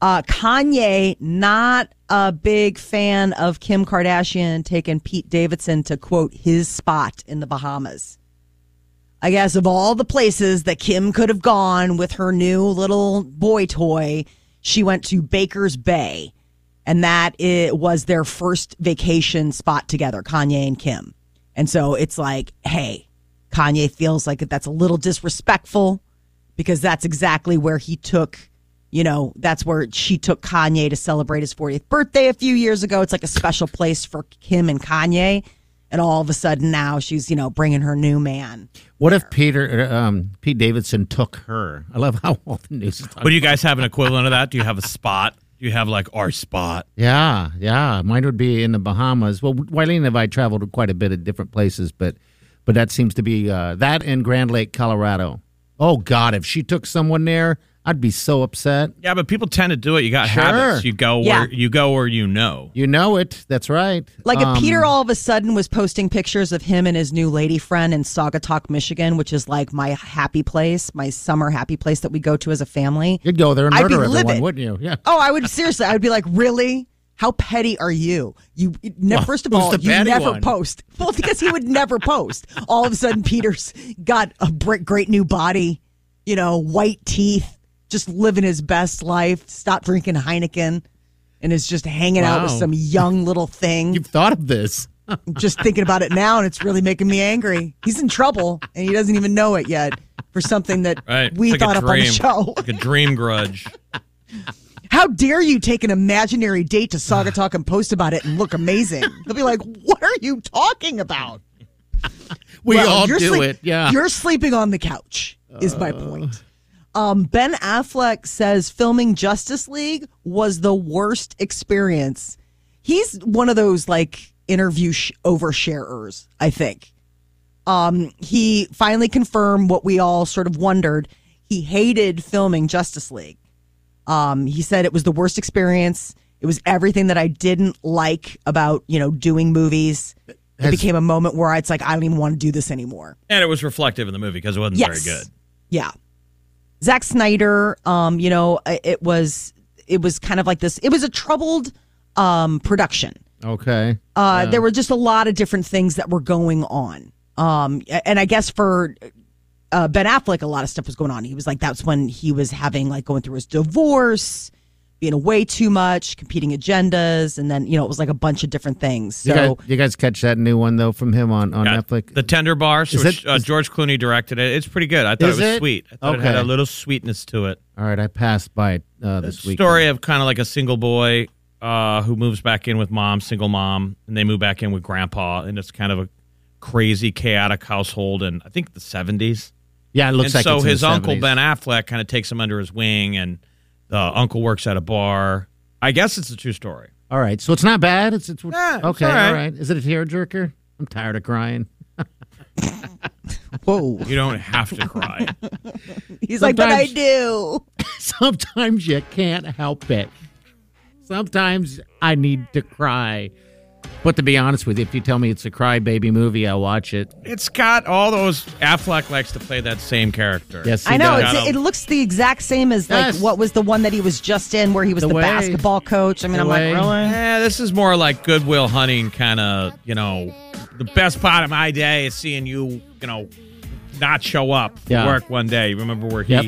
Speaker 4: Uh Kanye not a big fan of Kim Kardashian taking Pete Davidson to quote his spot in the Bahamas. I guess of all the places that Kim could have gone with her new little boy toy, she went to Baker's Bay. And that it was their first vacation spot together, Kanye and Kim. And so it's like, hey, Kanye feels like that's a little disrespectful because that's exactly where he took, you know, that's where she took Kanye to celebrate his 40th birthday a few years ago. It's like a special place for Kim and Kanye. And all of a sudden now she's, you know, bringing her new man.
Speaker 3: What if Peter, um, Pete Davidson took her? I love how all the news is talking
Speaker 1: But do you guys have an equivalent of that? Do you have a spot? Do you have like our spot?
Speaker 3: Yeah, yeah. Mine would be in the Bahamas. Well, Wileen and I traveled to quite a bit of different places, but but that seems to be uh, that in Grand Lake, Colorado. Oh God, if she took someone there, I'd be so upset.
Speaker 1: Yeah, but people tend to do it. You got
Speaker 3: Sure.
Speaker 1: habits. You go
Speaker 4: Yeah.
Speaker 1: where you go where you know.
Speaker 3: You know it. That's right.
Speaker 4: Like if
Speaker 3: Um,
Speaker 4: Peter all of a sudden was posting pictures of him and his new lady friend in Saugatuck, Michigan, which is like my happy place, my summer happy place that we go to as a family.
Speaker 3: You'd go there and
Speaker 4: I'd
Speaker 3: murder
Speaker 4: be
Speaker 3: everyone,
Speaker 4: livid.
Speaker 3: wouldn't you? Yeah.
Speaker 4: Oh, I would seriously. I would be like, really? How petty are you? You you ne-
Speaker 3: Well,
Speaker 4: first of
Speaker 3: who's
Speaker 4: all,
Speaker 3: the
Speaker 4: you
Speaker 3: petty
Speaker 4: never
Speaker 3: one?
Speaker 4: post. Well, because he would never post. All of a sudden, Peter's got a br- great new body. You know, white teeth, just living his best life. Stop drinking Heineken, and is just hanging out with
Speaker 3: Wow.
Speaker 4: some young little thing.
Speaker 3: You've thought of this. *laughs*
Speaker 4: I'm just thinking about it now, and it's really making me angry. He's in trouble, and he doesn't even know it yet for something that
Speaker 1: Right.
Speaker 4: we
Speaker 1: It's like
Speaker 4: thought
Speaker 1: a
Speaker 4: up on the
Speaker 1: dream.
Speaker 4: show. *laughs*
Speaker 1: Like a dream grudge.
Speaker 4: How dare you take an imaginary date to Saga Talk and post about it and look amazing? They'll be like, "What are you talking about?"
Speaker 3: We
Speaker 4: Well,
Speaker 3: all
Speaker 4: you're
Speaker 3: do
Speaker 4: sleep-
Speaker 3: it. Yeah.
Speaker 4: you're sleeping on the couch. Is my point. Um, ben Affleck says filming Justice League was the worst experience. He's one of those like interview sh- oversharers, I think. Um, he finally confirmed what we all sort of wondered. He hated filming Justice League. Um, he said it was the worst experience. It was everything that I didn't like about you know doing movies. It became a moment where it's like I don't even want to do this anymore.
Speaker 1: And it was reflective in the movie because it wasn't
Speaker 4: Yes.
Speaker 1: very good.
Speaker 4: Yeah. Zack Snyder, um, you know, i- it was it was kind of like this. It was a troubled um production.
Speaker 3: Okay.
Speaker 4: Uh
Speaker 3: Yeah.
Speaker 4: there were just a lot of different things that were going on. Um and I guess for uh, Ben Affleck, a lot of stuff was going on. He was like, that's when he was having like going through his divorce, being away too much, competing agendas, and then you know it was like a bunch of different things. So
Speaker 3: you, guys, you guys catch that new one though from him on on Netflix?
Speaker 1: The Tender Bars,
Speaker 3: Is
Speaker 1: which
Speaker 3: it-
Speaker 1: uh, George Clooney directed it. It's pretty good. I thought
Speaker 3: Is
Speaker 1: it was
Speaker 3: it?
Speaker 1: sweet. I thought it had
Speaker 3: Okay.
Speaker 1: a little sweetness to it.
Speaker 3: All right, I passed by it uh, this week.
Speaker 1: Story of kind of like a single boy uh, who moves back in with mom, single mom, and they move back in with grandpa, and it's kind of a crazy, chaotic household. And I think the seventies.
Speaker 3: Yeah, it looks
Speaker 1: and
Speaker 3: like
Speaker 1: so
Speaker 3: it's in
Speaker 1: his
Speaker 3: the
Speaker 1: uncle
Speaker 3: 70s.
Speaker 1: Ben Affleck kind of takes him under his wing, and the uncle works at a bar. I guess it's a true story.
Speaker 3: All right, so it's not bad. It's, it's
Speaker 1: Yeah, it's
Speaker 3: okay.
Speaker 1: all right.
Speaker 3: all right. Is it a tear jerker? I'm tired of crying. *laughs* Whoa!
Speaker 1: You don't have
Speaker 3: *laughs*
Speaker 1: to cry.
Speaker 4: *laughs* He's like, but I
Speaker 3: Sometimes-
Speaker 4: do.
Speaker 3: Sometimes you can't help it. Sometimes I need to cry. But to be honest with you, if you tell me it's a crybaby movie, I'll watch it.
Speaker 1: It's got all those. Affleck likes to play that same character.
Speaker 3: Yes,
Speaker 4: I know.
Speaker 1: Got
Speaker 4: It's,
Speaker 1: a-
Speaker 4: it looks the exact same as like
Speaker 3: Yes.
Speaker 4: what was the one that he was just in where he was
Speaker 3: The
Speaker 4: the,
Speaker 3: way-
Speaker 4: basketball coach. I mean,
Speaker 3: the
Speaker 4: I'm
Speaker 3: way-
Speaker 4: like, really?
Speaker 1: Yeah, Eh, this is more like Goodwill Hunting kind of, you know, the best part of my day is seeing you, you know, not show up for
Speaker 3: Yeah.
Speaker 1: work one day. You Remember where he
Speaker 3: Yep.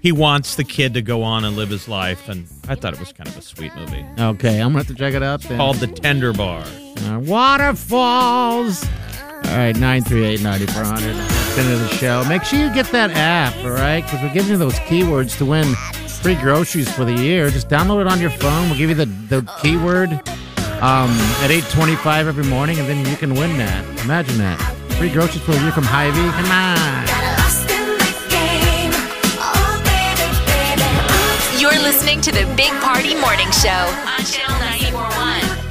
Speaker 1: he wants the kid to go on and live his life and I thought it was kind of a sweet movie.
Speaker 3: Okay, I'm gonna have to check it out. Then.
Speaker 1: Called The Tender Bar.
Speaker 3: Uh, waterfalls. All right, 938 9400. That's into the show. Make sure you get that app, all right? Because we're giving you those keywords to win free groceries for the year. Just download it on your phone. We'll give you the, the keyword um, at 825 every morning, and then you can win that. Imagine that. Free groceries for the year from Hy-Vee. Come on.
Speaker 2: You're listening to the Big Party Morning Show on Channel 941.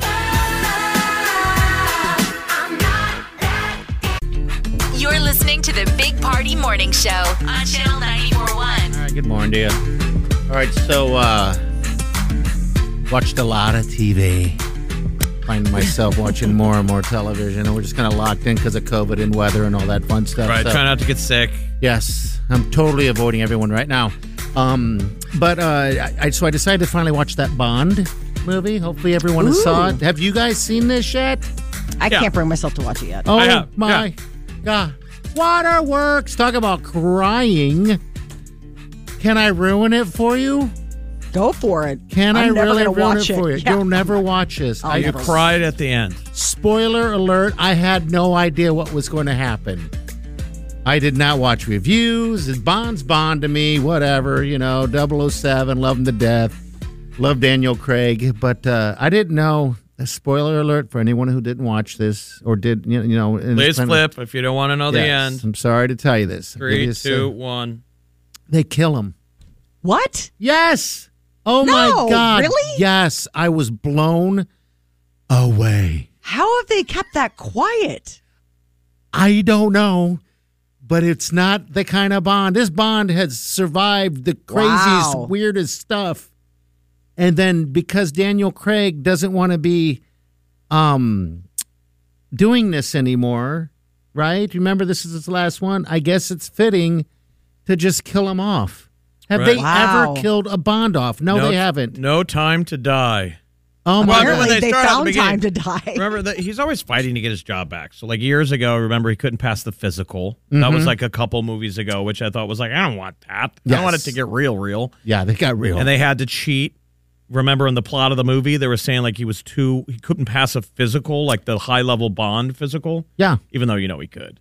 Speaker 2: You're listening to the Big Party Morning Show on Channel 941.
Speaker 3: All right, good morning to you. All right, so uh, watched a lot of TV. Finding
Speaker 1: *laughs*
Speaker 3: myself watching more and more television, and we're just kind of locked in because of COVID and weather and all that fun stuff.
Speaker 1: Right,
Speaker 3: so-
Speaker 1: try not to get sick.
Speaker 3: Yes, I'm totally avoiding everyone right now. Um, but uh, I, I- so I decided to finally watch that Bond movie. Hopefully, everyone has saw it. Have you guys seen this yet?
Speaker 4: I
Speaker 1: Yeah.
Speaker 4: can't bring myself to watch it yet.
Speaker 3: Oh
Speaker 1: I have,
Speaker 3: my god! Waterworks. Talk about crying. Can I ruin it for you?
Speaker 4: Go for it.
Speaker 3: Can
Speaker 4: I'm never
Speaker 3: really
Speaker 4: gonna
Speaker 3: ruin
Speaker 4: watch
Speaker 3: it for you?
Speaker 4: Yeah.
Speaker 3: You'll never watch this.
Speaker 4: I'll
Speaker 3: I-
Speaker 1: You
Speaker 4: never-
Speaker 1: cried at the end.
Speaker 3: Spoiler alert, I had no idea what was going to happen. I did not watch reviews. It Bond's Bond to me, whatever, you know, 007, love him to death. Love Daniel Craig, but uh, I didn't know. A spoiler alert for anyone who didn't watch this or did, you you know. and
Speaker 1: Please
Speaker 3: it's kind of-
Speaker 1: flip if you don't want to know the
Speaker 3: Yes, uh,
Speaker 1: end.
Speaker 3: I'm sorry to tell you this. I'll give
Speaker 1: Three,
Speaker 3: you a sec-
Speaker 1: two, one.
Speaker 3: They kill him.
Speaker 4: What?
Speaker 3: Yes. Oh
Speaker 4: No,
Speaker 3: my God.
Speaker 4: really?
Speaker 3: Yes. I was blown away.
Speaker 4: How have they kept that quiet?
Speaker 3: I don't know, but it's not the kind of bond. This bond has survived the craziest,
Speaker 4: Wow.
Speaker 3: weirdest stuff. And then because Daniel Craig doesn't want to be um doing this anymore, right? Remember this is his last one. I guess it's fitting to just kill him off. Have
Speaker 1: Right.
Speaker 3: they
Speaker 4: Wow.
Speaker 3: ever killed a bond off? No, they haven't.
Speaker 1: No time to die.
Speaker 3: Oh my
Speaker 1: remember when
Speaker 4: Apparently,
Speaker 1: they
Speaker 4: they,
Speaker 1: start at the
Speaker 4: found
Speaker 1: beginning?
Speaker 4: time to die.
Speaker 1: Remember that he's always fighting to get his job back. So like years ago, remember he couldn't pass the physical. That
Speaker 3: Mm-hmm.
Speaker 1: was like a couple movies ago, which I thought was like, I don't want that. I don't want it
Speaker 3: Yes.
Speaker 1: to get real, real.
Speaker 3: Yeah, they got real.
Speaker 1: And they had to cheat. Remember in the plot of the movie, they were saying like he was too he couldn't pass a physical, like the high level bond physical,
Speaker 3: yeah.
Speaker 1: even though you know he could.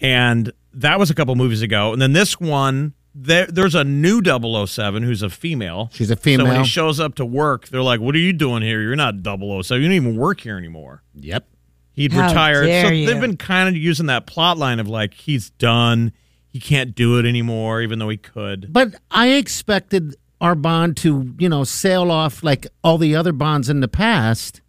Speaker 1: And that was a couple movies ago. And then this one, there, there's a new 007 who's a female.
Speaker 3: She's a
Speaker 1: So when
Speaker 3: female.
Speaker 1: he shows up to work, they're like, "What are you doing here? You're not 007. You don't even work here anymore."
Speaker 3: Yep.
Speaker 1: He'd
Speaker 4: How
Speaker 1: retired. So
Speaker 4: dare
Speaker 1: they've
Speaker 4: you.
Speaker 1: been kind of using that plot line of like he's done, he can't do it anymore, even though he could.
Speaker 3: But I expected our bond to, you know, sail off like all the other bonds in the past.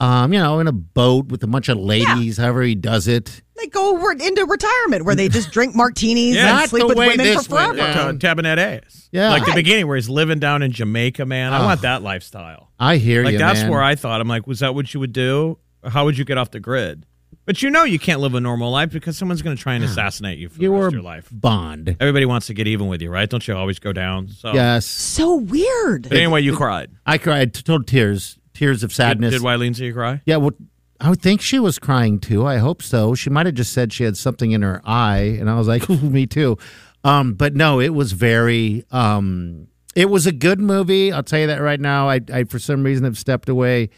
Speaker 3: Um, you know, in a boat with a bunch of ladies, however he does it.
Speaker 4: *laughs* They go over into retirement where they just drink martinis
Speaker 1: Yeah,
Speaker 4: and
Speaker 1: not
Speaker 4: sleep
Speaker 3: the
Speaker 4: with
Speaker 3: way
Speaker 4: women for
Speaker 3: this went
Speaker 4: forever.
Speaker 3: down.
Speaker 1: Uh, tapping that ass.
Speaker 3: Yeah.
Speaker 1: Like the
Speaker 3: Right.
Speaker 1: beginning where he's living down in Jamaica, man. I
Speaker 3: Oh.
Speaker 1: want that lifestyle.
Speaker 3: I hear
Speaker 1: Like
Speaker 3: you,
Speaker 1: that's
Speaker 3: man.
Speaker 1: where I thought. I'm like, was that what you would do? How would you get off the grid? But you know you can't live a normal life because someone's going to try and assassinate you for
Speaker 3: you
Speaker 1: the rest
Speaker 3: were
Speaker 1: of your life.
Speaker 3: Bond.
Speaker 1: Everybody wants to get even with you, right? Don't you always go down? So
Speaker 3: Yes,
Speaker 4: So weird.
Speaker 1: But anyway, you cried.
Speaker 3: I cried total tears, tears of sadness.
Speaker 1: Did, did Wileen see you cry?
Speaker 3: yeah, well, I would think she was crying too. I hope so. She might have just said she had something in her eye, and I was like, *laughs* Ooh, me too. Um, but no, it was very. Um, it was a good movie. I'll tell you that right now. I, I for some reason have stepped away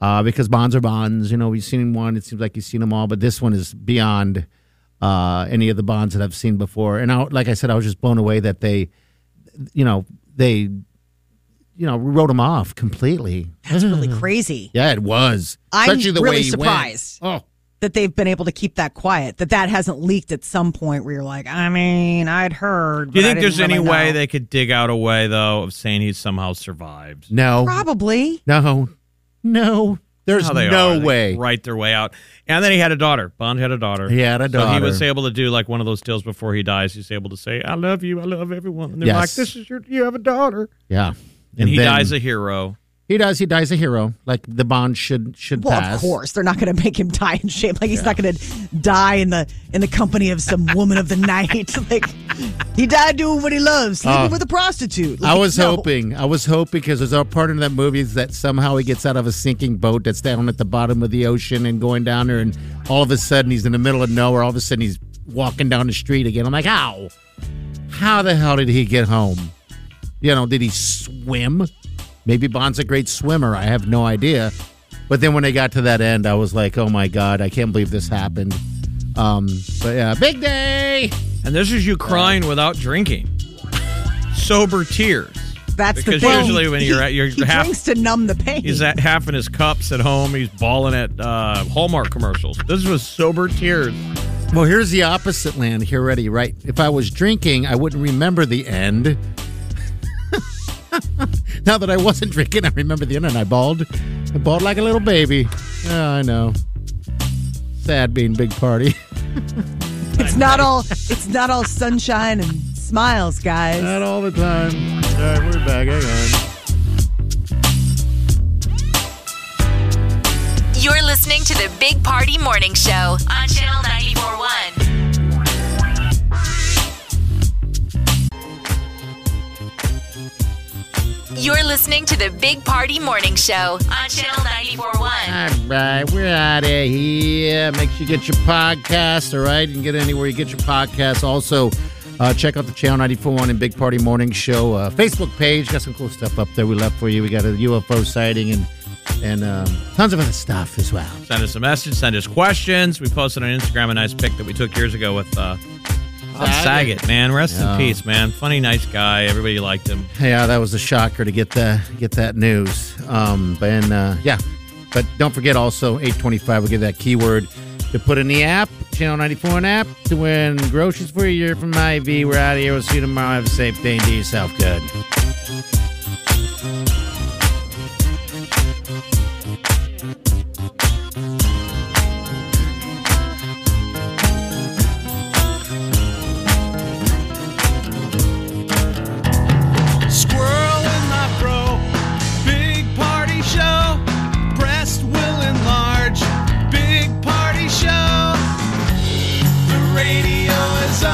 Speaker 3: uh, because bonds are bonds. You know, we've seen one. It seems like you've seen them all, but this one is beyond uh, any of the bonds that I've seen before. And I, like I said, I was just blown away that they, you know, they, you know, wrote them off completely. Mm-hmm.
Speaker 1: Mm-hmm.
Speaker 4: That's really crazy.
Speaker 3: Yeah, it was.
Speaker 4: I'm
Speaker 3: Especially the
Speaker 4: really
Speaker 3: way he went.
Speaker 4: surprised.
Speaker 3: Oh,
Speaker 4: that they've been able to keep that quiet. That that hasn't leaked at some point where you're like, I mean, I'd heard.
Speaker 1: Do you
Speaker 4: but I
Speaker 1: think
Speaker 4: didn't
Speaker 1: there's
Speaker 4: really
Speaker 1: any
Speaker 4: know.
Speaker 1: way they could dig out a way though of saying he somehow survived?
Speaker 3: No.
Speaker 4: Probably.
Speaker 3: No. No. There's
Speaker 1: How they
Speaker 3: no
Speaker 1: are. They
Speaker 3: way.
Speaker 1: write their way out. And then he had a daughter. Bond had a daughter.
Speaker 3: He had a
Speaker 1: So he was
Speaker 3: daughter.
Speaker 1: able to do like one of those deals before he dies. He's able to say, "I love you. I love everyone." And they're
Speaker 3: Yes.
Speaker 1: like, "This is your. You have a daughter."
Speaker 3: Yeah.
Speaker 1: And, he
Speaker 3: then-
Speaker 1: dies a hero.
Speaker 3: He does. He dies a hero. Like the Bond should should
Speaker 4: Well,
Speaker 3: pass.
Speaker 4: of course, they're not going to make him die in shame. Like he's not going to die in the in the company of some woman of the *laughs* night. Like he died doing what he loves, sleeping
Speaker 3: Uh,
Speaker 4: with a prostitute.
Speaker 3: I
Speaker 4: Like,
Speaker 3: was
Speaker 4: no.
Speaker 3: hoping. I was hoping because there's a part in that movie is that somehow he gets out of a sinking boat that's down at the bottom of the ocean and going down there, and all of a sudden he's in the middle of nowhere. All of a sudden he's walking down the street again. I'm like, how? How the hell did he get home? You know, did he swim? Maybe Bond's a great swimmer. I have no idea. But then when they got to that end, I was like, oh my god, I can't believe this happened. Um, but yeah, big day.
Speaker 1: And this is you crying without drinking, sober tears.
Speaker 4: That's
Speaker 1: because
Speaker 4: the thing.
Speaker 1: usually when you're at you're
Speaker 4: he
Speaker 1: half
Speaker 4: drinks to numb the pain.
Speaker 1: He's at half in his cups at home. He's bawling at uh, Hallmark commercials. This was sober tears.
Speaker 3: Well, here's the opposite land here already, right? If I was drinking, I wouldn't remember the end. *laughs* now that I wasn't drinking, I remember the end and I bawled. I bawled like a little baby. Oh, I know. Sad being big party. *laughs*
Speaker 4: it's not all. It's not all sunshine and smiles, guys.
Speaker 3: Not all the time. All right, we're back. Hang on.
Speaker 2: You're listening to the Big Party Morning Show on Channel 941. You're listening to the Big Party Morning Show on Channel 941.
Speaker 3: All right, we're out of here. Make sure you get your podcast, all right? You can get it anywhere you get your podcast. Also, uh, check out the Channel 941 and Big Party Morning Show uh, Facebook page. Got some cool stuff up there we left for you. We got a UFO sighting and and um, tons of other stuff as well.
Speaker 1: Send us a message. Send us questions. We posted on Instagram a nice pic that we took years ago with uh, Bob
Speaker 3: Saget.
Speaker 1: Saget. Man, rest
Speaker 3: Yeah.
Speaker 1: in peace, man. Funny, nice guy. Everybody liked him.
Speaker 3: Yeah, that was a shocker to get the get that news. Um, but and, uh, yeah, but don't forget also 825. We give that keyword to put in the app, Channel 94 app, to win groceries for a year from IV. We're out of here. We'll see you tomorrow. Have a safe day and do yourself good.
Speaker 5: Squirrel in my fro. Big party show. Breast will enlarge. Big party show. The radio is on.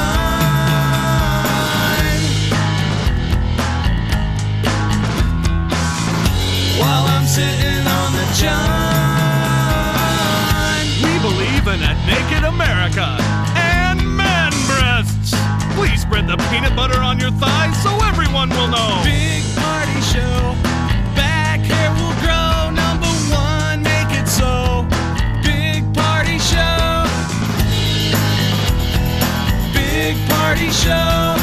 Speaker 5: While I'm sitting on the john. We believe in a naked America and man breasts. Please spread the peanut butter on your thighs so everyone will know. Big party show. Back hair will grow. Number one, make it so. Big party show. Big party show.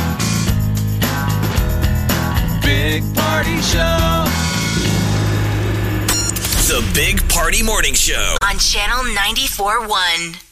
Speaker 5: Big party show.
Speaker 6: The Big Party Morning Show.
Speaker 2: On Channel 941.